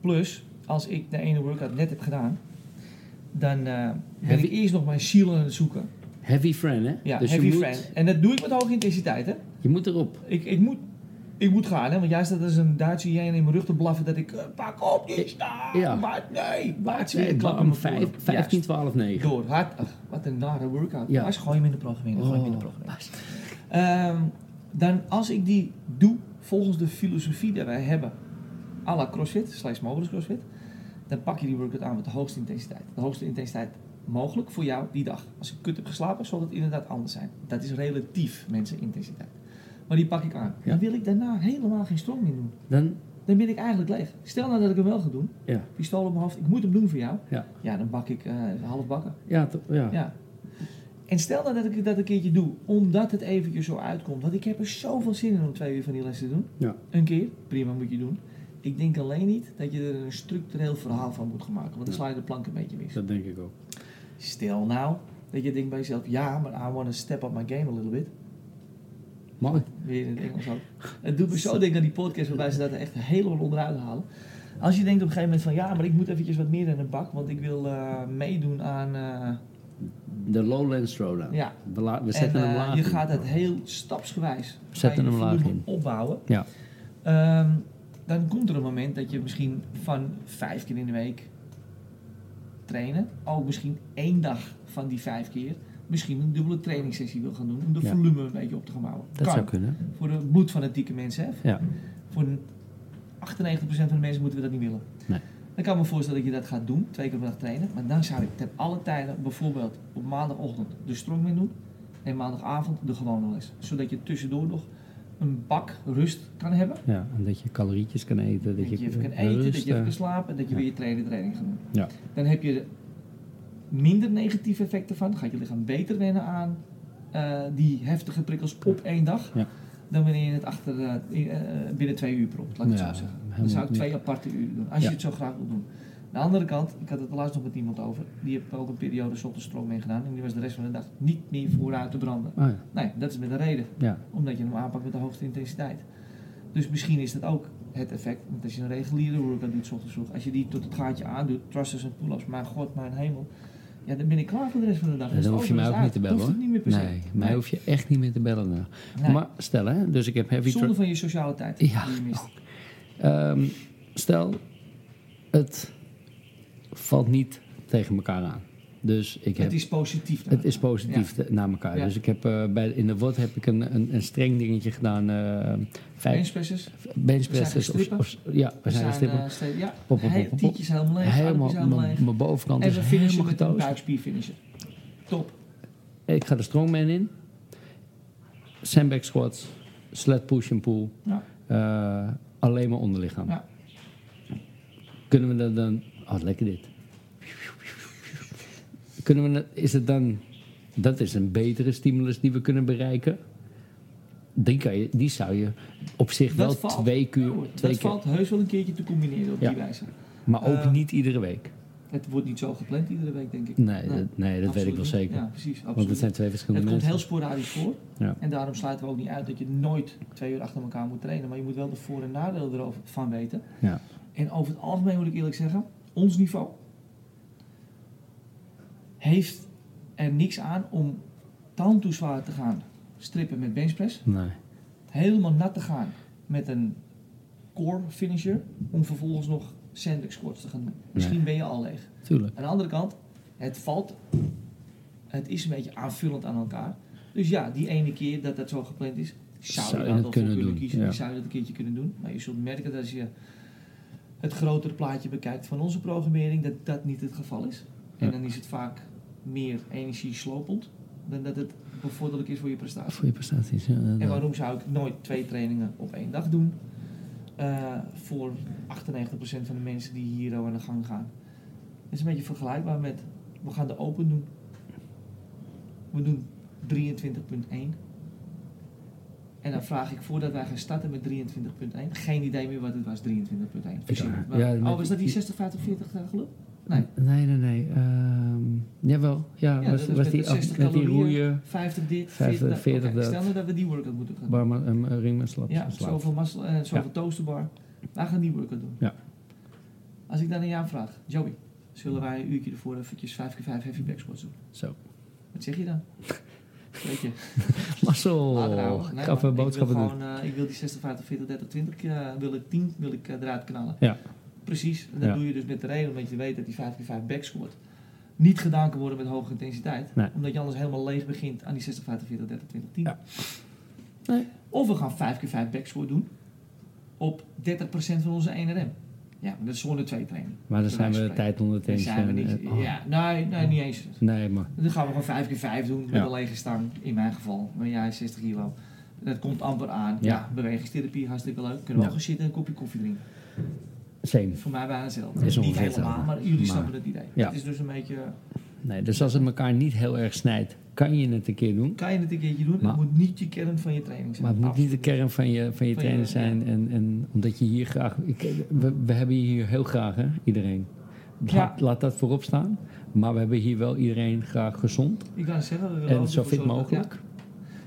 [SPEAKER 2] Plus, als ik de ene workout net heb gedaan, dan eh, ben
[SPEAKER 1] Heavy-
[SPEAKER 2] ik eerst nog mijn ziel aan het zoeken.
[SPEAKER 1] Heavy friend, hè?
[SPEAKER 2] Ja,
[SPEAKER 1] Dus
[SPEAKER 2] heavy
[SPEAKER 1] je moet,
[SPEAKER 2] friend. En dat doe ik met hoge intensiteit, hè?
[SPEAKER 1] Je moet erop.
[SPEAKER 2] Ik, ik, moet, ik moet gaan, hè? Want jij staat als een Duitse jij in mijn rug te blaffen dat ik... eh, pak op, niet staan!
[SPEAKER 1] Ja.
[SPEAKER 2] Wat? Nee! Wat?
[SPEAKER 1] Nee,
[SPEAKER 2] Klap in
[SPEAKER 1] bam,
[SPEAKER 2] mijn
[SPEAKER 1] vijf-
[SPEAKER 2] voeten.
[SPEAKER 1] 15,
[SPEAKER 2] Juist.
[SPEAKER 1] 12, 9.
[SPEAKER 2] Door. Hard. Ach, wat een nare workout.
[SPEAKER 1] Ja. Oh.
[SPEAKER 2] Maar gooi hem in de programmering. Gooi hem in de programmering.
[SPEAKER 1] Bas.
[SPEAKER 2] Ehm, dan als ik die doe volgens de filosofie die wij hebben, à la CrossFit, slash Mobilis CrossFit, dan pak je die workout aan met de hoogste intensiteit. De hoogste intensiteit mogelijk voor jou die dag. Als ik kut heb geslapen, zal het inderdaad anders zijn. Dat is relatief, mensen, intensiteit. Maar die pak ik aan.
[SPEAKER 1] Ja.
[SPEAKER 2] Dan wil ik daarna helemaal geen stroom meer doen.
[SPEAKER 1] Dan,
[SPEAKER 2] Dan ben ik eigenlijk leeg. Stel nou dat ik hem wel ga doen.
[SPEAKER 1] ja.
[SPEAKER 2] Pistool op mijn hoofd, ik moet hem doen voor jou.
[SPEAKER 1] Ja.
[SPEAKER 2] ja dan bak ik eh, half bakken.
[SPEAKER 1] Ja, toch, ja.
[SPEAKER 2] Ja. En stel nou dat ik dat een keertje doe, omdat het eventjes zo uitkomt. Want ik heb er zoveel zin in om twee uur van die les te doen.
[SPEAKER 1] Ja.
[SPEAKER 2] Een keer, prima moet je doen. Ik denk alleen niet dat je er een structureel verhaal van moet gaan maken. Want dan sla je de plank een beetje mis.
[SPEAKER 1] Dat denk ik ook.
[SPEAKER 2] Stel nou dat je denkt bij jezelf, ja, maar I want to step up my game a little bit.
[SPEAKER 1] Mooi.
[SPEAKER 2] Weer in het Engels ook. Het doet me zo denken aan die podcast waarbij ze dat er echt helemaal onderuit halen. Als je denkt op een gegeven moment van, ja, maar ik moet eventjes wat meer in de bak. Want ik wil eh, meedoen aan... eh,
[SPEAKER 1] De Lowlands Throwdown.
[SPEAKER 2] ja,
[SPEAKER 1] We, la- we zetten
[SPEAKER 2] en,
[SPEAKER 1] hem
[SPEAKER 2] eh,
[SPEAKER 1] laag
[SPEAKER 2] je
[SPEAKER 1] in.
[SPEAKER 2] gaat het heel stapsgewijs
[SPEAKER 1] We zetten
[SPEAKER 2] ga je
[SPEAKER 1] hem
[SPEAKER 2] je
[SPEAKER 1] laag
[SPEAKER 2] volume opbouwen.
[SPEAKER 1] Ja.
[SPEAKER 2] Ehm, dan komt er een moment dat je misschien van vijf keer in de week trainen, ook misschien één dag van die vijf keer, misschien een dubbele trainingssessie wil gaan doen om de
[SPEAKER 1] Ja.
[SPEAKER 2] volume een beetje op te gaan bouwen.
[SPEAKER 1] Dat
[SPEAKER 2] kan.
[SPEAKER 1] zou kunnen.
[SPEAKER 2] Voor de bloedfanatieke mensen, hè?
[SPEAKER 1] Ja.
[SPEAKER 2] voor een 98% van de mensen moeten we dat niet willen.
[SPEAKER 1] Nee.
[SPEAKER 2] Dan kan ik me voorstellen dat je dat gaat doen, twee keer per dag trainen. Maar dan zou ik ten alle tijden bijvoorbeeld op maandagochtend de strongman doen. En maandagavond de gewone les. Zodat je tussendoor nog een bak rust kan hebben.
[SPEAKER 1] Ja, en dat je calorietjes kan eten.
[SPEAKER 2] Dat,
[SPEAKER 1] Dat,
[SPEAKER 2] je, even kan
[SPEAKER 1] eh,
[SPEAKER 2] eten, dat
[SPEAKER 1] rust,
[SPEAKER 2] je even
[SPEAKER 1] eh,
[SPEAKER 2] kan slapen. En dat je
[SPEAKER 1] ja.
[SPEAKER 2] weer je trainen training gaat doen.
[SPEAKER 1] Ja.
[SPEAKER 2] Dan heb je minder negatieve effecten van. Dan gaat je lichaam beter wennen aan eh, die heftige prikkels op één dag.
[SPEAKER 1] Ja.
[SPEAKER 2] Dan wanneer je het achter, eh, in- eh, binnen twee uur propt. Laat ik het
[SPEAKER 1] Ja,
[SPEAKER 2] zo zeggen. Dan
[SPEAKER 1] helemaal
[SPEAKER 2] zou ik
[SPEAKER 1] niet.
[SPEAKER 2] twee aparte uren doen, als
[SPEAKER 1] Ja.
[SPEAKER 2] je het zo graag wil doen. Aan de andere kant, ik had het er laatst nog met iemand over, die heeft ook een periode zonder stroom mee gedaan en die was de rest van de dag niet meer vooruit te branden.
[SPEAKER 1] Ah, ja.
[SPEAKER 2] Nee, dat is met een reden,
[SPEAKER 1] ja.
[SPEAKER 2] omdat je hem aanpakt met de hoogste intensiteit. Dus misschien is dat ook het effect, want als je een reguliere workout doet, 's ochtends vroeg, als je die tot het gaatje aandoet, thrusters en pull-ups, mijn god, mijn hemel, ja, dan ben ik klaar voor de rest van de dag.
[SPEAKER 1] En dan hoef je mij ook niet te bellen
[SPEAKER 2] hoor.
[SPEAKER 1] hoor.
[SPEAKER 2] het niet meer per se.
[SPEAKER 1] Nee, mij
[SPEAKER 2] Nee.
[SPEAKER 1] hoef je echt niet meer te bellen. nou.
[SPEAKER 2] Nee.
[SPEAKER 1] Maar stel hè, dus ik heb heavy
[SPEAKER 2] Zonde
[SPEAKER 1] thrust.
[SPEAKER 2] van je sociale tijd
[SPEAKER 1] Ja. oh,
[SPEAKER 2] die je mist.
[SPEAKER 1] Ehm, stel, het valt niet tegen elkaar aan. Dus ik heb,
[SPEAKER 2] Het is positief. dan.
[SPEAKER 1] het is positief te- naar elkaar.
[SPEAKER 2] Ja.
[SPEAKER 1] Dus ik heb eh, bij, in de WOD heb ik een, een, een streng dingetje gedaan. eh vijf
[SPEAKER 2] Benchpresses.
[SPEAKER 1] benchpressers.
[SPEAKER 2] We zijn gaan
[SPEAKER 1] of- of- Ja, we zijn gaan strippen.
[SPEAKER 2] eh, steeds- ja,
[SPEAKER 1] pop, pop,
[SPEAKER 2] he-
[SPEAKER 1] pop, pop.
[SPEAKER 2] tientjes helemaal leeg, helemaal, helemaal
[SPEAKER 1] Helemaal,
[SPEAKER 2] leeg.
[SPEAKER 1] mijn- mijn bovenkant
[SPEAKER 2] En
[SPEAKER 1] is
[SPEAKER 2] we finishen
[SPEAKER 1] helemaal
[SPEAKER 2] met een
[SPEAKER 1] getoast.
[SPEAKER 2] buikspier finisher. Top.
[SPEAKER 1] Ik ga de strongman in. Sandbag squats. Sled push en pull.
[SPEAKER 2] Ja.
[SPEAKER 1] Eh, alleen maar onderlichaam.
[SPEAKER 2] Ja.
[SPEAKER 1] Kunnen we dat dan... Oh, lekker dit. Kunnen we dat... Is het dan... Dat is een betere stimulus die we kunnen bereiken. Die, kan je, die zou je op zich wel
[SPEAKER 2] valt-
[SPEAKER 1] twee
[SPEAKER 2] Ja
[SPEAKER 1] keer...
[SPEAKER 2] hoor,
[SPEAKER 1] twee
[SPEAKER 2] dat
[SPEAKER 1] keer
[SPEAKER 2] valt heus wel een keertje te combineren op
[SPEAKER 1] Ja.
[SPEAKER 2] die wijze.
[SPEAKER 1] maar ook
[SPEAKER 2] eh,
[SPEAKER 1] niet iedere week.
[SPEAKER 2] Het wordt niet zo gepland iedere week, denk ik.
[SPEAKER 1] Nee, dat, nee, dat weet ik
[SPEAKER 2] Absoluut
[SPEAKER 1] wel
[SPEAKER 2] niet.
[SPEAKER 1] zeker.
[SPEAKER 2] Ja, precies.
[SPEAKER 1] Want het
[SPEAKER 2] Absoluut.
[SPEAKER 1] zijn twee
[SPEAKER 2] Het
[SPEAKER 1] verschillende
[SPEAKER 2] komt
[SPEAKER 1] mensen.
[SPEAKER 2] heel sporadisch voor.
[SPEAKER 1] Ja.
[SPEAKER 2] En daarom sluiten we ook niet uit dat je nooit twee uur achter elkaar moet trainen. Maar je moet wel de voor- en nadelen erover van weten.
[SPEAKER 1] Ja.
[SPEAKER 2] En over het algemeen moet ik eerlijk zeggen, ons niveau heeft er niks aan om zwaar te gaan strippen met benchpress.
[SPEAKER 1] Nee.
[SPEAKER 2] Helemaal nat te gaan met een core finisher. Om vervolgens nog sandbag squats te gaan doen. Misschien ben je al leeg.
[SPEAKER 1] Tuurlijk.
[SPEAKER 2] Aan de andere kant, het valt, het is een beetje aanvullend aan elkaar. Dus ja, die ene keer dat dat zo gepland is, zou, je dat
[SPEAKER 1] het
[SPEAKER 2] al
[SPEAKER 1] kunnen
[SPEAKER 2] kunnen, kunnen
[SPEAKER 1] doen,
[SPEAKER 2] kiezen.
[SPEAKER 1] ja.
[SPEAKER 2] Zou je dat een keertje kunnen doen. Maar je zult merken dat als je het grotere plaatje bekijkt van onze programmering, dat dat niet het geval is. En
[SPEAKER 1] Ja.
[SPEAKER 2] dan is het vaak meer energie slopend dan dat het bevorderlijk is voor je prestatie.
[SPEAKER 1] Voor je prestaties. Ja, dat-
[SPEAKER 2] En waarom zou ik nooit twee trainingen op één dag doen? Eh, voor 98% van de mensen die hier al aan de gang gaan. Het is een beetje vergelijkbaar met, we gaan de open doen. We doen 23.1. En dan vraag ik voordat wij gaan starten met 23.1. Geen idee meer wat het was, 23.1. Verschillend. Maar-
[SPEAKER 1] Ja, maar-
[SPEAKER 2] oh, was dat die 60, 50, 40 eh, geloof? Nee.
[SPEAKER 1] Nee, nee, nee. Ehm, jawel. Ja,
[SPEAKER 2] Ja,
[SPEAKER 1] was,
[SPEAKER 2] dat is
[SPEAKER 1] was
[SPEAKER 2] met
[SPEAKER 1] die,
[SPEAKER 2] de 60
[SPEAKER 1] met die
[SPEAKER 2] calorieën.
[SPEAKER 1] roeien,
[SPEAKER 2] 50 dit,
[SPEAKER 1] 50,
[SPEAKER 2] 40,
[SPEAKER 1] 40
[SPEAKER 2] Oké,
[SPEAKER 1] dat.
[SPEAKER 2] Stel nou dat we die workout moeten gaan doen.
[SPEAKER 1] barma, um, ring en slaps.
[SPEAKER 2] Ja,
[SPEAKER 1] slaap.
[SPEAKER 2] zoveel, muscle, eh, zoveel toasterbar. Wij gaan die workout doen.
[SPEAKER 1] Ja.
[SPEAKER 2] Als ik dan aan jou vraag, Joey, zullen wij een uurtje ervoor eventjes 5 keer 5 heavy back squats doen?
[SPEAKER 1] Zo.
[SPEAKER 2] Wat zeg je dan? Weet je, later
[SPEAKER 1] Mazzel.
[SPEAKER 2] houden. Nee, maar
[SPEAKER 1] Kaffe
[SPEAKER 2] ik
[SPEAKER 1] boodschappen
[SPEAKER 2] wil
[SPEAKER 1] doen.
[SPEAKER 2] gewoon, eh, ik wil die 60, 50, 40, 30, 20 keer, eh, wil ik 10 wil ik, eh, eruit knallen.
[SPEAKER 1] Ja.
[SPEAKER 2] Precies. En dat
[SPEAKER 1] Ja.
[SPEAKER 2] doe je dus met de reden omdat je weet dat die 5 keer 5 back squat niet gedaan kan worden met hoge intensiteit.
[SPEAKER 1] Nee.
[SPEAKER 2] Omdat je anders helemaal leeg begint aan die 60, 50, 40, 30, 20, 10.
[SPEAKER 1] Ja. Nee.
[SPEAKER 2] Of we gaan 5 keer 5 back squat doen op 30% van onze 1 RM. Ja, maar dat is zone 2 training.
[SPEAKER 1] Maar dan
[SPEAKER 2] Bij
[SPEAKER 1] zijn
[SPEAKER 2] wijze
[SPEAKER 1] we de
[SPEAKER 2] van
[SPEAKER 1] tijd onder
[SPEAKER 2] Dan zijn we
[SPEAKER 1] tension
[SPEAKER 2] niet...
[SPEAKER 1] en- oh.
[SPEAKER 2] Ja, nee, nee, niet eens.
[SPEAKER 1] Nee, maar
[SPEAKER 2] Dan gaan we gewoon 5 keer 5 doen met
[SPEAKER 1] Ja.
[SPEAKER 2] een lege stang, in mijn geval. Maar jij 60 kilo. Dat komt amper aan. Ja,
[SPEAKER 1] Ja.
[SPEAKER 2] bewegingstherapie, hartstikke leuk. Kunnen we
[SPEAKER 1] Ja.
[SPEAKER 2] ook gaan zitten en een kopje koffie drinken.
[SPEAKER 1] same.
[SPEAKER 2] Voor mij bijna hetzelfde.
[SPEAKER 1] Is
[SPEAKER 2] niet
[SPEAKER 1] ongeveer
[SPEAKER 2] helemaal,
[SPEAKER 1] hetzelfde.
[SPEAKER 2] maar jullie
[SPEAKER 1] Maar-
[SPEAKER 2] snappen het idee.
[SPEAKER 1] Ja.
[SPEAKER 2] Het is dus een beetje...
[SPEAKER 1] Nee, dus als het elkaar niet heel erg snijdt, kan je het een keer doen.
[SPEAKER 2] Kan je het een keertje doen?
[SPEAKER 1] Maar-
[SPEAKER 2] het moet niet je kern van je training zijn. Nou,
[SPEAKER 1] Maar het moet niet de
[SPEAKER 2] Absoluut.
[SPEAKER 1] kern van je, van je
[SPEAKER 2] Van je-
[SPEAKER 1] trainer zijn. En, en omdat je hier graag. Ik, we, we hebben je hier heel graag, hè, iedereen. Laat,
[SPEAKER 2] Ja.
[SPEAKER 1] laat dat voorop staan. Maar we hebben hier wel iedereen graag gezond.
[SPEAKER 2] Ik kan het zeggen, we willen
[SPEAKER 1] en
[SPEAKER 2] ook
[SPEAKER 1] zo
[SPEAKER 2] ervoor
[SPEAKER 1] fit
[SPEAKER 2] zorgen dat-
[SPEAKER 1] mogelijk.
[SPEAKER 2] ja.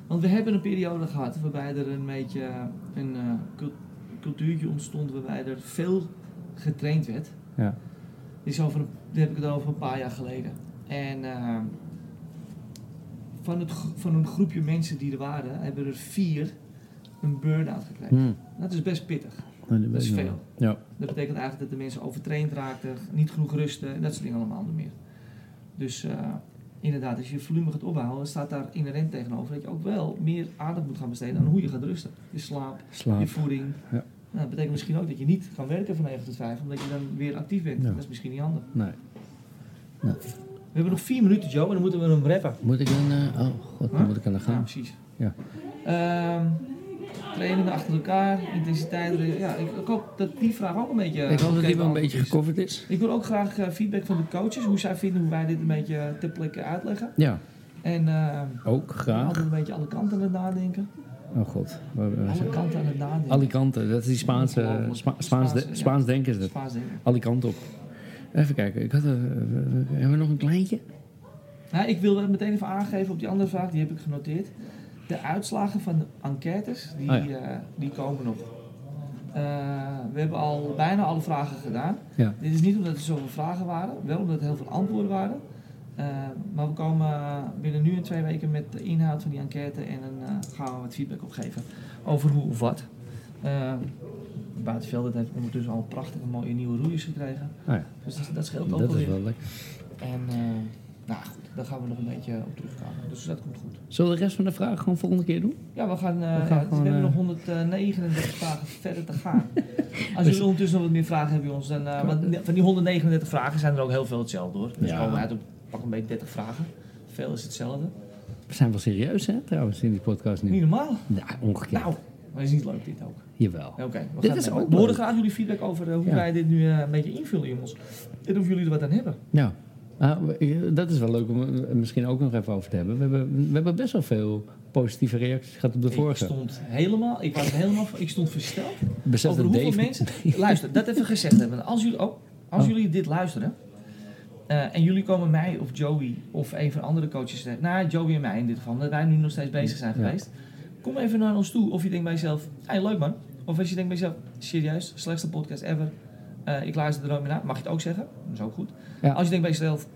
[SPEAKER 2] Want we hebben een periode gehad waarbij er een beetje eh, een eh, cult- cultuurtje ontstond... waarbij er veel getraind werd.
[SPEAKER 1] Ja.
[SPEAKER 2] Die is over, een- daar heb ik het over een paar jaar geleden. En ehm, van, het, gro- van een groepje mensen die er waren, hebben er vier een burn-out gekregen.
[SPEAKER 1] Hmm.
[SPEAKER 2] Dat is best pittig.
[SPEAKER 1] Dat
[SPEAKER 2] is
[SPEAKER 1] weet ik nog
[SPEAKER 2] veel.
[SPEAKER 1] wel. Ja.
[SPEAKER 2] Dat betekent eigenlijk dat de mensen overtraind raakten, niet genoeg rusten en dat soort dingen allemaal niet meer. Dus eh, inderdaad, als je volume gaat opbouwen, staat daar inherent tegenover dat je ook wel meer aandacht moet gaan besteden aan hoe je gaat rusten. Je slaap, je
[SPEAKER 1] Slaap.
[SPEAKER 2] voeding.
[SPEAKER 1] Ja.
[SPEAKER 2] Nou, dat betekent misschien ook dat je niet kan werken van 9 tot 5, omdat je dan weer actief bent.
[SPEAKER 1] Ja.
[SPEAKER 2] Dat is misschien niet handig.
[SPEAKER 1] Nee.
[SPEAKER 2] We hebben nog vier minuten, Joe, en dan moeten we hem rappen.
[SPEAKER 1] Moet ik dan. eh, oh, god, dan
[SPEAKER 2] Huh?
[SPEAKER 1] moet ik aan de
[SPEAKER 2] Ja,
[SPEAKER 1] gang.
[SPEAKER 2] precies.
[SPEAKER 1] Ja.
[SPEAKER 2] Ehm, trainingen achter elkaar, intensiteit. Ja, ik, ik hoop dat die vraag ook een beetje.
[SPEAKER 1] ik hoop dat die wel een
[SPEAKER 2] beantwoord
[SPEAKER 1] beetje
[SPEAKER 2] is.
[SPEAKER 1] gecoverd is.
[SPEAKER 2] Ik wil ook graag eh, feedback van de coaches, hoe zij vinden hoe wij dit een beetje eh, ter plekke uitleggen.
[SPEAKER 1] Ja,
[SPEAKER 2] En ehm
[SPEAKER 1] ook
[SPEAKER 2] altijd
[SPEAKER 1] graag.
[SPEAKER 2] een beetje alle kanten aan het nadenken.
[SPEAKER 1] Oh god. we- we- we-
[SPEAKER 2] Alle kanten aan het nadenken.
[SPEAKER 1] Alicante, dat is die Spaanse.
[SPEAKER 2] Ongelooflijk.
[SPEAKER 1] Spa, Spaans,
[SPEAKER 2] Spaanse, ja.
[SPEAKER 1] de, Spaans denken is dat.
[SPEAKER 2] Spaans denken.
[SPEAKER 1] Alicante op. Even kijken, ik had, eh, eh, eh, hebben we nog een kleintje?
[SPEAKER 2] Nou, ik wil er meteen even aangeven op die andere vraag, die heb ik genoteerd. De uitslagen van de enquêtes, die,
[SPEAKER 1] Oh
[SPEAKER 2] eh, die komen nog. Eh, we hebben al bijna alle vragen gedaan.
[SPEAKER 1] Ja.
[SPEAKER 2] Dit is niet omdat er zoveel vragen waren, wel omdat er heel veel antwoorden waren. Eh, maar we komen eh, binnen nu en twee weken met de inhoud van die enquête en dan eh, gaan we wat feedback opgeven over hoe of wat. Eh Buitenveld heeft ondertussen al prachtige mooie nieuwe roeiers gekregen.
[SPEAKER 1] Oh ja.
[SPEAKER 2] Dus dat, dat scheelt ook
[SPEAKER 1] Dat is
[SPEAKER 2] alweer.
[SPEAKER 1] wel lekker.
[SPEAKER 2] En eh, nou goed, daar gaan we nog een beetje op terugkomen. Dus dat komt goed.
[SPEAKER 1] Zullen we de rest van de vraag gewoon volgende keer doen?
[SPEAKER 2] Ja, we gaan. eh,
[SPEAKER 1] gaan
[SPEAKER 2] ja,
[SPEAKER 1] gewoon,
[SPEAKER 2] we hebben
[SPEAKER 1] eh,
[SPEAKER 2] nog 139 vragen verder te gaan.
[SPEAKER 1] Dus-
[SPEAKER 2] Als jullie ondertussen nog wat meer vragen hebben, jongens. Dan, eh, want van die 139 vragen zijn er ook heel veel hetzelfde hoor. Dus
[SPEAKER 1] Ja.
[SPEAKER 2] komen we uit op pak een beetje 30 vragen. Veel is hetzelfde.
[SPEAKER 1] We zijn wel serieus, hè, trouwens, in die podcast nu.
[SPEAKER 2] Niet normaal.
[SPEAKER 1] Ja, ongekend.
[SPEAKER 2] Nou, maar is niet leuk dit ook.
[SPEAKER 1] Jawel.
[SPEAKER 2] Oké, we
[SPEAKER 1] Dit
[SPEAKER 2] gaan
[SPEAKER 1] is
[SPEAKER 2] het-
[SPEAKER 1] ook
[SPEAKER 2] We horen
[SPEAKER 1] leuk.
[SPEAKER 2] graag jullie feedback over eh, hoe
[SPEAKER 1] Ja.
[SPEAKER 2] wij dit nu eh, een beetje invullen, jongens. En of jullie er wat aan hebben.
[SPEAKER 1] Nou, ah, we- eh, dat is wel leuk om er misschien ook nog even over te hebben. We hebben, we hebben best wel veel positieve reacties gehad op de
[SPEAKER 2] Ik
[SPEAKER 1] vorige.
[SPEAKER 2] stond helemaal, ik was helemaal, ik stond versteld.
[SPEAKER 1] Besef
[SPEAKER 2] Over
[SPEAKER 1] dat
[SPEAKER 2] hoeveel
[SPEAKER 1] Dave...
[SPEAKER 2] mensen... Luister, dat even gezegd hebben. Als jullie, oh, als
[SPEAKER 1] Oh.
[SPEAKER 2] jullie dit luisteren... eh, en jullie komen mij of Joey of een van de andere coaches... tegen- Nou, Joey en mij in dit geval. Omdat wij nu nog steeds bezig zijn
[SPEAKER 1] Ja.
[SPEAKER 2] geweest. Kom even naar ons toe. Of je denkt bij jezelf... Hey, leuk man. Of als je denkt bij jezelf... Serieus, slechtste podcast ever. Eh, ik luister er nooit meer naar. Mag je het ook zeggen? Dat is ook goed.
[SPEAKER 1] Ja.
[SPEAKER 2] Als je denkt bij jezelf...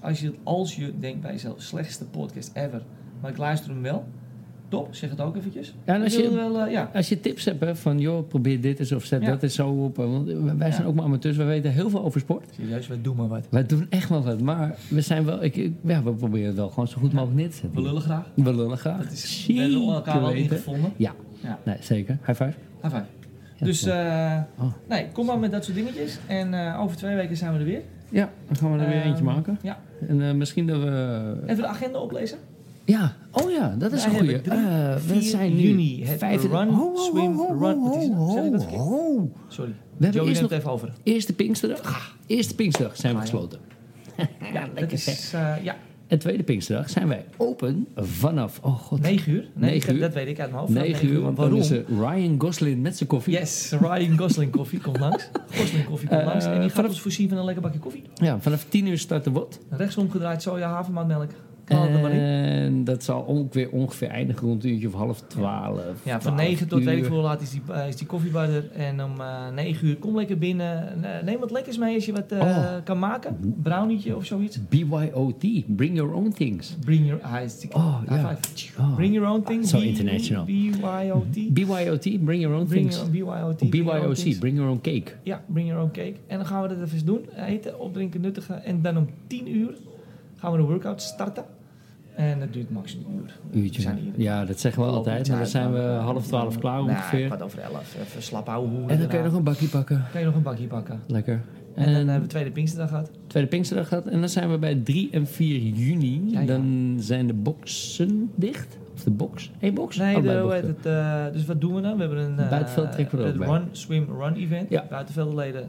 [SPEAKER 2] Als je, als je denkt bij jezelf... Slechtste podcast ever. Maar ik luister hem wel. Top, zeg het ook eventjes.
[SPEAKER 1] Ja, en als
[SPEAKER 2] Ik wil
[SPEAKER 1] je-
[SPEAKER 2] wel, eh, ja.
[SPEAKER 1] Als je tips hebt hè, van, joh, probeer dit eens of zet
[SPEAKER 2] Ja.
[SPEAKER 1] dat eens zo op. hè, Want wij zijn
[SPEAKER 2] Ja.
[SPEAKER 1] ook maar amateurs, wij weten heel veel over sport.
[SPEAKER 2] Serieus, wij doen maar wat.
[SPEAKER 1] Wij doen echt wel wat, maar we zijn wel... Ik, ik- ja, we proberen het wel gewoon zo goed mogelijk neer te zetten.
[SPEAKER 2] We lullen graag.
[SPEAKER 1] We lullen graag.
[SPEAKER 2] Dat is, we hebben elkaar wel
[SPEAKER 1] Zeker weten.
[SPEAKER 2] ingevonden.
[SPEAKER 1] Ja.
[SPEAKER 2] Ja.
[SPEAKER 1] Nee, zeker. High five.
[SPEAKER 2] High five.
[SPEAKER 1] Ja,
[SPEAKER 2] dus
[SPEAKER 1] cool.
[SPEAKER 2] eh,
[SPEAKER 1] Oh.
[SPEAKER 2] nee, kom maar met dat soort dingetjes. En eh, over twee weken zijn we er weer.
[SPEAKER 1] Ja, dan gaan we er weer
[SPEAKER 2] eh, Ehm,
[SPEAKER 1] eentje maken.
[SPEAKER 2] Ja.
[SPEAKER 1] En eh, misschien dat we...
[SPEAKER 2] Even de agenda oplezen.
[SPEAKER 1] Ja, oh ja, dat is
[SPEAKER 2] Wij
[SPEAKER 1] een goeie.
[SPEAKER 2] hebben drie,
[SPEAKER 1] Eh, we
[SPEAKER 2] 4
[SPEAKER 1] zijn nu
[SPEAKER 2] juni het
[SPEAKER 1] vijfde-
[SPEAKER 2] Run,
[SPEAKER 1] Ho, ho,
[SPEAKER 2] Swim,
[SPEAKER 1] ho, ho,
[SPEAKER 2] Run. Wat is dat?
[SPEAKER 1] ho,
[SPEAKER 2] Zeg ik dat verkeerd?
[SPEAKER 1] ho.
[SPEAKER 2] Sorry.
[SPEAKER 1] We hebben
[SPEAKER 2] Joey
[SPEAKER 1] eerst
[SPEAKER 2] neemt
[SPEAKER 1] nog Ah,
[SPEAKER 2] het even over.
[SPEAKER 1] eerste Pinksterdag. Eerste Pinksterdag zijn we
[SPEAKER 2] Ah, ja.
[SPEAKER 1] gesloten.
[SPEAKER 2] Ja, dat
[SPEAKER 1] lekker
[SPEAKER 2] is, eh, ja.
[SPEAKER 1] En tweede Pinksterdag zijn wij open vanaf, oh god,
[SPEAKER 2] 9 uur? Nee,
[SPEAKER 1] Negen
[SPEAKER 2] dat-
[SPEAKER 1] uur.
[SPEAKER 2] Dat weet ik uit mijn hoofd.
[SPEAKER 1] 9 uur. Want dan
[SPEAKER 2] Waarom?
[SPEAKER 1] is eh, Ryan Gosling met zijn koffie.
[SPEAKER 2] Yes, Ryan Gosling koffie komt langs. Gosling koffie komt
[SPEAKER 1] Eh,
[SPEAKER 2] langs. En die gaat
[SPEAKER 1] vanaf-
[SPEAKER 2] ons voorzien van een lekker bakje koffie.
[SPEAKER 1] Ja, vanaf 10 uur start de WOT.
[SPEAKER 2] Rechtsom gedraaid, soja, havermoutmelk.
[SPEAKER 1] Eh,
[SPEAKER 2] Knal er maar in.
[SPEAKER 1] En dat zal ongeveer, ongeveer eindigen rond een uurtje of half 12.
[SPEAKER 2] Ja, van
[SPEAKER 1] 12
[SPEAKER 2] 9 tot
[SPEAKER 1] uur.
[SPEAKER 2] weet ik veel hoe laat is die, eh, is die koffiebar er. En om eh 9 uur kom lekker binnen. Eh, Neem wat lekkers mee als je wat eh,
[SPEAKER 1] Oh.
[SPEAKER 2] kan maken. Brownietje of zoiets.
[SPEAKER 1] BYOT, Bring Your Own Things.
[SPEAKER 2] Bring your eyes
[SPEAKER 1] Oh, ja. Oh.
[SPEAKER 2] Bring your own thing.
[SPEAKER 1] Zo
[SPEAKER 2] B-
[SPEAKER 1] international.
[SPEAKER 2] BYOT.
[SPEAKER 1] BYOT, Bring Your Own
[SPEAKER 2] Bring
[SPEAKER 1] Things.
[SPEAKER 2] your, BYOT. bring your
[SPEAKER 1] BYOC,
[SPEAKER 2] own things.
[SPEAKER 1] Bring Your Own Cake.
[SPEAKER 2] Ja, bring your own cake. En dan gaan we dat even doen. Eh, Eten, opdrinken, nuttigen. En dan om 10 uur gaan we de workout starten. En dat duurt max een uur. We zijn
[SPEAKER 1] Uurtje.
[SPEAKER 2] hier.
[SPEAKER 1] Ja, dat zeggen we
[SPEAKER 2] Lopen
[SPEAKER 1] altijd.
[SPEAKER 2] iets
[SPEAKER 1] Maar dan
[SPEAKER 2] uit,
[SPEAKER 1] zijn we
[SPEAKER 2] maar-
[SPEAKER 1] half 12 klaar
[SPEAKER 2] Nou,
[SPEAKER 1] ongeveer.
[SPEAKER 2] kwart over 11. Even slap houden. hoeren
[SPEAKER 1] En dan kun je nog
[SPEAKER 2] daarna.
[SPEAKER 1] een bakje pakken.
[SPEAKER 2] Kan je nog een bakje pakken.
[SPEAKER 1] Lekker.
[SPEAKER 2] En, dan hebben
[SPEAKER 1] En Oh,
[SPEAKER 2] we tweede Pinksterdag gehad.
[SPEAKER 1] tweede Pinksterdag gehad. En dan zijn we bij 3 en 4 juni.
[SPEAKER 2] Ja, ja.
[SPEAKER 1] Dan zijn de boxen dicht. Of de box? Eén box?
[SPEAKER 2] Nee, de,
[SPEAKER 1] Allebei
[SPEAKER 2] hoe
[SPEAKER 1] boxen.
[SPEAKER 2] heet het, eh, dus wat doen we dan? We hebben een eh,
[SPEAKER 1] Buitenveld trekken we er
[SPEAKER 2] het
[SPEAKER 1] ook bij.
[SPEAKER 2] Run, Swim, Run event.
[SPEAKER 1] Ja.
[SPEAKER 2] Buitenveldleden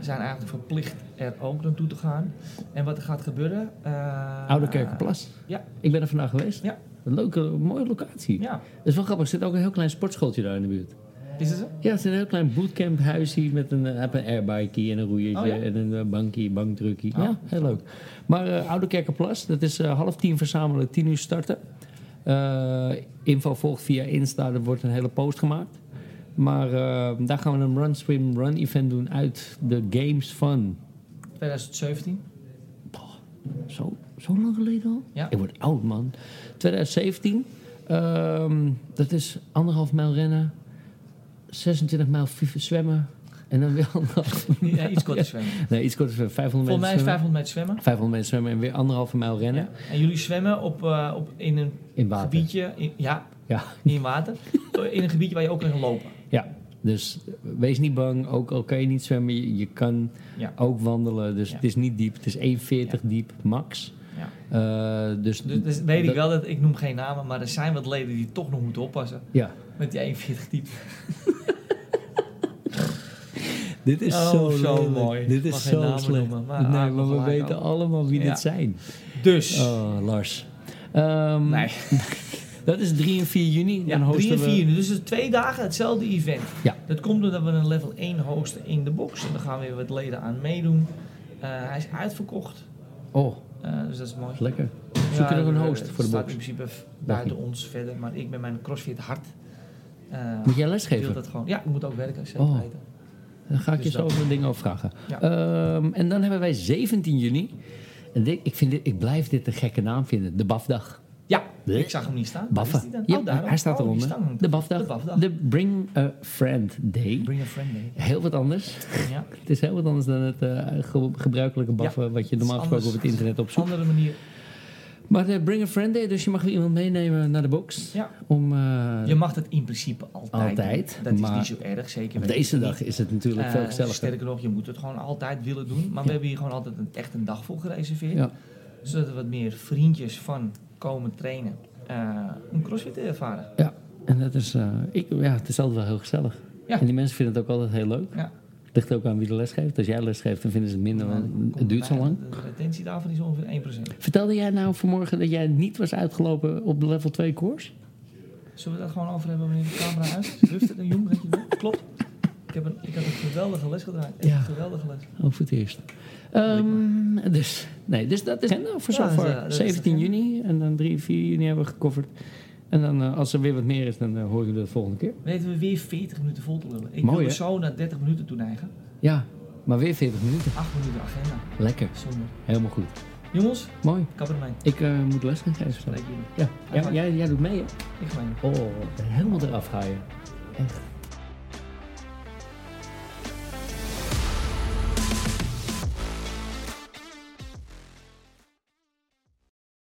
[SPEAKER 2] zijn eigenlijk verplicht er ook naartoe te gaan. En wat er gaat gebeuren... eh,
[SPEAKER 1] Oude Kerkenplas.
[SPEAKER 2] ja.
[SPEAKER 1] Ik ben er vandaag geweest.
[SPEAKER 2] Ja.
[SPEAKER 1] Een leuke, mooie locatie.
[SPEAKER 2] Ja,
[SPEAKER 1] Het is wel grappig. Er zit ook een heel klein sportschooltje daar in de buurt.
[SPEAKER 2] is het zo?
[SPEAKER 1] Ja, het is een heel klein bootcamphuis hier met een, eh, heb een airbike en een roeiertje
[SPEAKER 2] Oh, ja?
[SPEAKER 1] en een eh, bankje, bankdrukkie.
[SPEAKER 2] Oh.
[SPEAKER 1] Ja, heel leuk. Maar eh Oude Kerkenplas, dat is eh, half tien verzamelen, tien uur starten. Eh, info volgt via Insta, er wordt een hele post gemaakt. Maar eh, daar gaan we een Run Swim Run event doen uit de Games Fun.
[SPEAKER 2] 2017.
[SPEAKER 1] Zo, zo lang geleden al?
[SPEAKER 2] Ja.
[SPEAKER 1] Ik word oud, man. 2017. ehm, dat is anderhalf mijl rennen, 26 mijl vif- zwemmen en dan weer anderhalf.
[SPEAKER 2] Ja, iets korter zwemmen.
[SPEAKER 1] Nee, iets korter zwemmen. 500
[SPEAKER 2] Volgens mij
[SPEAKER 1] meter
[SPEAKER 2] is
[SPEAKER 1] zwemmen.
[SPEAKER 2] 500 meter zwemmen.
[SPEAKER 1] 500 meter zwemmen en weer anderhalve mijl rennen
[SPEAKER 2] Ja. En jullie zwemmen op, eh, op, in een
[SPEAKER 1] in water.
[SPEAKER 2] gebiedje... in- ja,
[SPEAKER 1] Ja.
[SPEAKER 2] in water. in een gebiedje waar je ook kan lopen.
[SPEAKER 1] ja, dus wees niet bang. Ook al kan je niet zwemmen, je, je kan
[SPEAKER 2] Ja.
[SPEAKER 1] ook wandelen. Dus
[SPEAKER 2] Ja.
[SPEAKER 1] het is niet diep. Het is 1,40 diep max.
[SPEAKER 2] Ja.
[SPEAKER 1] Eh, dus,
[SPEAKER 2] Dus, dus weet ik
[SPEAKER 1] dat-
[SPEAKER 2] wel dat... Ik noem geen namen, maar er zijn wat leden die toch nog moeten oppassen.
[SPEAKER 1] Ja,
[SPEAKER 2] Met die 41 diep.
[SPEAKER 1] dit is
[SPEAKER 2] Oh,
[SPEAKER 1] zo,
[SPEAKER 2] zo
[SPEAKER 1] lelijk.
[SPEAKER 2] mooi.
[SPEAKER 1] Dit
[SPEAKER 2] Mag
[SPEAKER 1] is
[SPEAKER 2] geen
[SPEAKER 1] zo
[SPEAKER 2] namen
[SPEAKER 1] slecht.
[SPEAKER 2] noemen, maar
[SPEAKER 1] nee,
[SPEAKER 2] aardig
[SPEAKER 1] maar we
[SPEAKER 2] gelijk
[SPEAKER 1] weten
[SPEAKER 2] ook.
[SPEAKER 1] allemaal wie
[SPEAKER 2] Ja.
[SPEAKER 1] dit zijn.
[SPEAKER 2] Dus...
[SPEAKER 1] Oh, Lars. Ehm,
[SPEAKER 2] Nee.
[SPEAKER 1] Dat is 3 en 4 juni.
[SPEAKER 2] Ja,
[SPEAKER 1] dan hosten
[SPEAKER 2] 3 en 4
[SPEAKER 1] we...
[SPEAKER 2] juni. Dus het is twee dagen hetzelfde event.
[SPEAKER 1] Ja.
[SPEAKER 2] Dat komt doordat we een level 1 hosten in de box. En daar gaan weer wat leden aan meedoen. Eh, hij is uitverkocht.
[SPEAKER 1] Oh,
[SPEAKER 2] Eh, dus dat is mooi. eh,
[SPEAKER 1] lekker. Zoeken nog een host
[SPEAKER 2] het
[SPEAKER 1] voor de
[SPEAKER 2] staat
[SPEAKER 1] box.
[SPEAKER 2] in principe v- buiten ons verder. Maar ik ben mijn crossfit hard. eh,
[SPEAKER 1] Moet jij
[SPEAKER 2] wil
[SPEAKER 1] lesgeven?
[SPEAKER 2] dat gewoon. Ja, ik moet ook werken. Zeker
[SPEAKER 1] Oh.
[SPEAKER 2] weten.
[SPEAKER 1] Dan ga ik
[SPEAKER 2] Dus
[SPEAKER 1] je zo
[SPEAKER 2] dat.
[SPEAKER 1] over een ding over vragen.
[SPEAKER 2] Ja.
[SPEAKER 1] Ehm, en dan hebben wij 17 juni. En dit- ik, vind dit, ik blijf dit een gekke naam vinden. De BAFdag.
[SPEAKER 2] Ja,
[SPEAKER 1] Bleh.
[SPEAKER 2] ik zag hem niet staan. Waar is die
[SPEAKER 1] Baffen.
[SPEAKER 2] dan?
[SPEAKER 1] Ja,
[SPEAKER 2] Oh, daar.
[SPEAKER 1] hij staat
[SPEAKER 2] Oh, die
[SPEAKER 1] eronder.
[SPEAKER 2] hangt.
[SPEAKER 1] De BAFdag.
[SPEAKER 2] De BAFdag.
[SPEAKER 1] De Bring a Friend Day.
[SPEAKER 2] Bring a friend mee.
[SPEAKER 1] Heel wat anders.
[SPEAKER 2] Ja.
[SPEAKER 1] Het is heel wat anders dan het eh, ge- gebruikelijke baffen wat je
[SPEAKER 2] het is
[SPEAKER 1] normaal gesproken op
[SPEAKER 2] anders.
[SPEAKER 1] het internet opzoekt.
[SPEAKER 2] Andere manier.
[SPEAKER 1] Maar de Bring a Friend Day, dus je mag weer iemand meenemen naar de box.
[SPEAKER 2] Ja.
[SPEAKER 1] Om, eh,
[SPEAKER 2] Je mag dat in principe altijd. doen.
[SPEAKER 1] Altijd,
[SPEAKER 2] Dat is
[SPEAKER 1] maar
[SPEAKER 2] niet zo erg, zeker.
[SPEAKER 1] op
[SPEAKER 2] weten.
[SPEAKER 1] deze
[SPEAKER 2] Niet
[SPEAKER 1] dag is het natuurlijk
[SPEAKER 2] Eh,
[SPEAKER 1] veel gezelliger.
[SPEAKER 2] Sterker nog, je moet het gewoon altijd willen doen. Maar
[SPEAKER 1] Ja.
[SPEAKER 2] we hebben hier gewoon altijd een, echt een dag voor gereserveerd.
[SPEAKER 1] Ja.
[SPEAKER 2] Zodat er wat meer vriendjes van komen trainen. eh, om crossfit te ervaren.
[SPEAKER 1] Ja, en dat is, eh, ik, ja, het is altijd wel heel gezellig.
[SPEAKER 2] Ja.
[SPEAKER 1] En die mensen vinden het ook altijd heel leuk.
[SPEAKER 2] Ja.
[SPEAKER 1] Het ligt ook aan wie de les geeft. Als jij les geeft, dan vinden ze Nou, het minder,
[SPEAKER 2] Maar dan
[SPEAKER 1] want
[SPEAKER 2] komt
[SPEAKER 1] het duurt zo
[SPEAKER 2] bij-
[SPEAKER 1] lang.
[SPEAKER 2] De retentie daarvan is ongeveer 1%.
[SPEAKER 1] Vertelde jij nou vanmorgen dat jij niet was uitgelopen op de level 2 koers?
[SPEAKER 2] Zullen we dat gewoon over hebben wanneer de camera uit is? Luft het een jong, dat je wil? Klopt. Ik, heb een, ik had een geweldige les gedraaid. Echt
[SPEAKER 1] Ja.
[SPEAKER 2] een geweldige les.
[SPEAKER 1] Oh, voor het eerst. Ehm, dus, nee, dus dat is agenda voor
[SPEAKER 2] Ja, dat is,
[SPEAKER 1] zover.
[SPEAKER 2] eh, dat is
[SPEAKER 1] 17
[SPEAKER 2] agenda.
[SPEAKER 1] juni en dan 3, 4 juni hebben we gecoverd. En dan eh, als er weer wat meer is, dan eh, horen jullie dat volgende keer.
[SPEAKER 2] Weten we weer 40 minuten vol te lullen. Ik
[SPEAKER 1] Mooi,
[SPEAKER 2] wil er
[SPEAKER 1] hè?
[SPEAKER 2] zo naar 30 minuten toe neigen.
[SPEAKER 1] Ja, maar weer 40 minuten.
[SPEAKER 2] 8 minuten agenda.
[SPEAKER 1] Lekker,
[SPEAKER 2] Zonde.
[SPEAKER 1] helemaal goed.
[SPEAKER 2] Jongens,
[SPEAKER 1] Mooi.
[SPEAKER 2] kappermijn.
[SPEAKER 1] Ik eh, moet les gaan geven. zo.
[SPEAKER 2] Spreek jullie.
[SPEAKER 1] Ja, ja jij, jij doet mee hè?
[SPEAKER 2] Ik ga mee.
[SPEAKER 1] Oh, helemaal eraf ga je. Echt.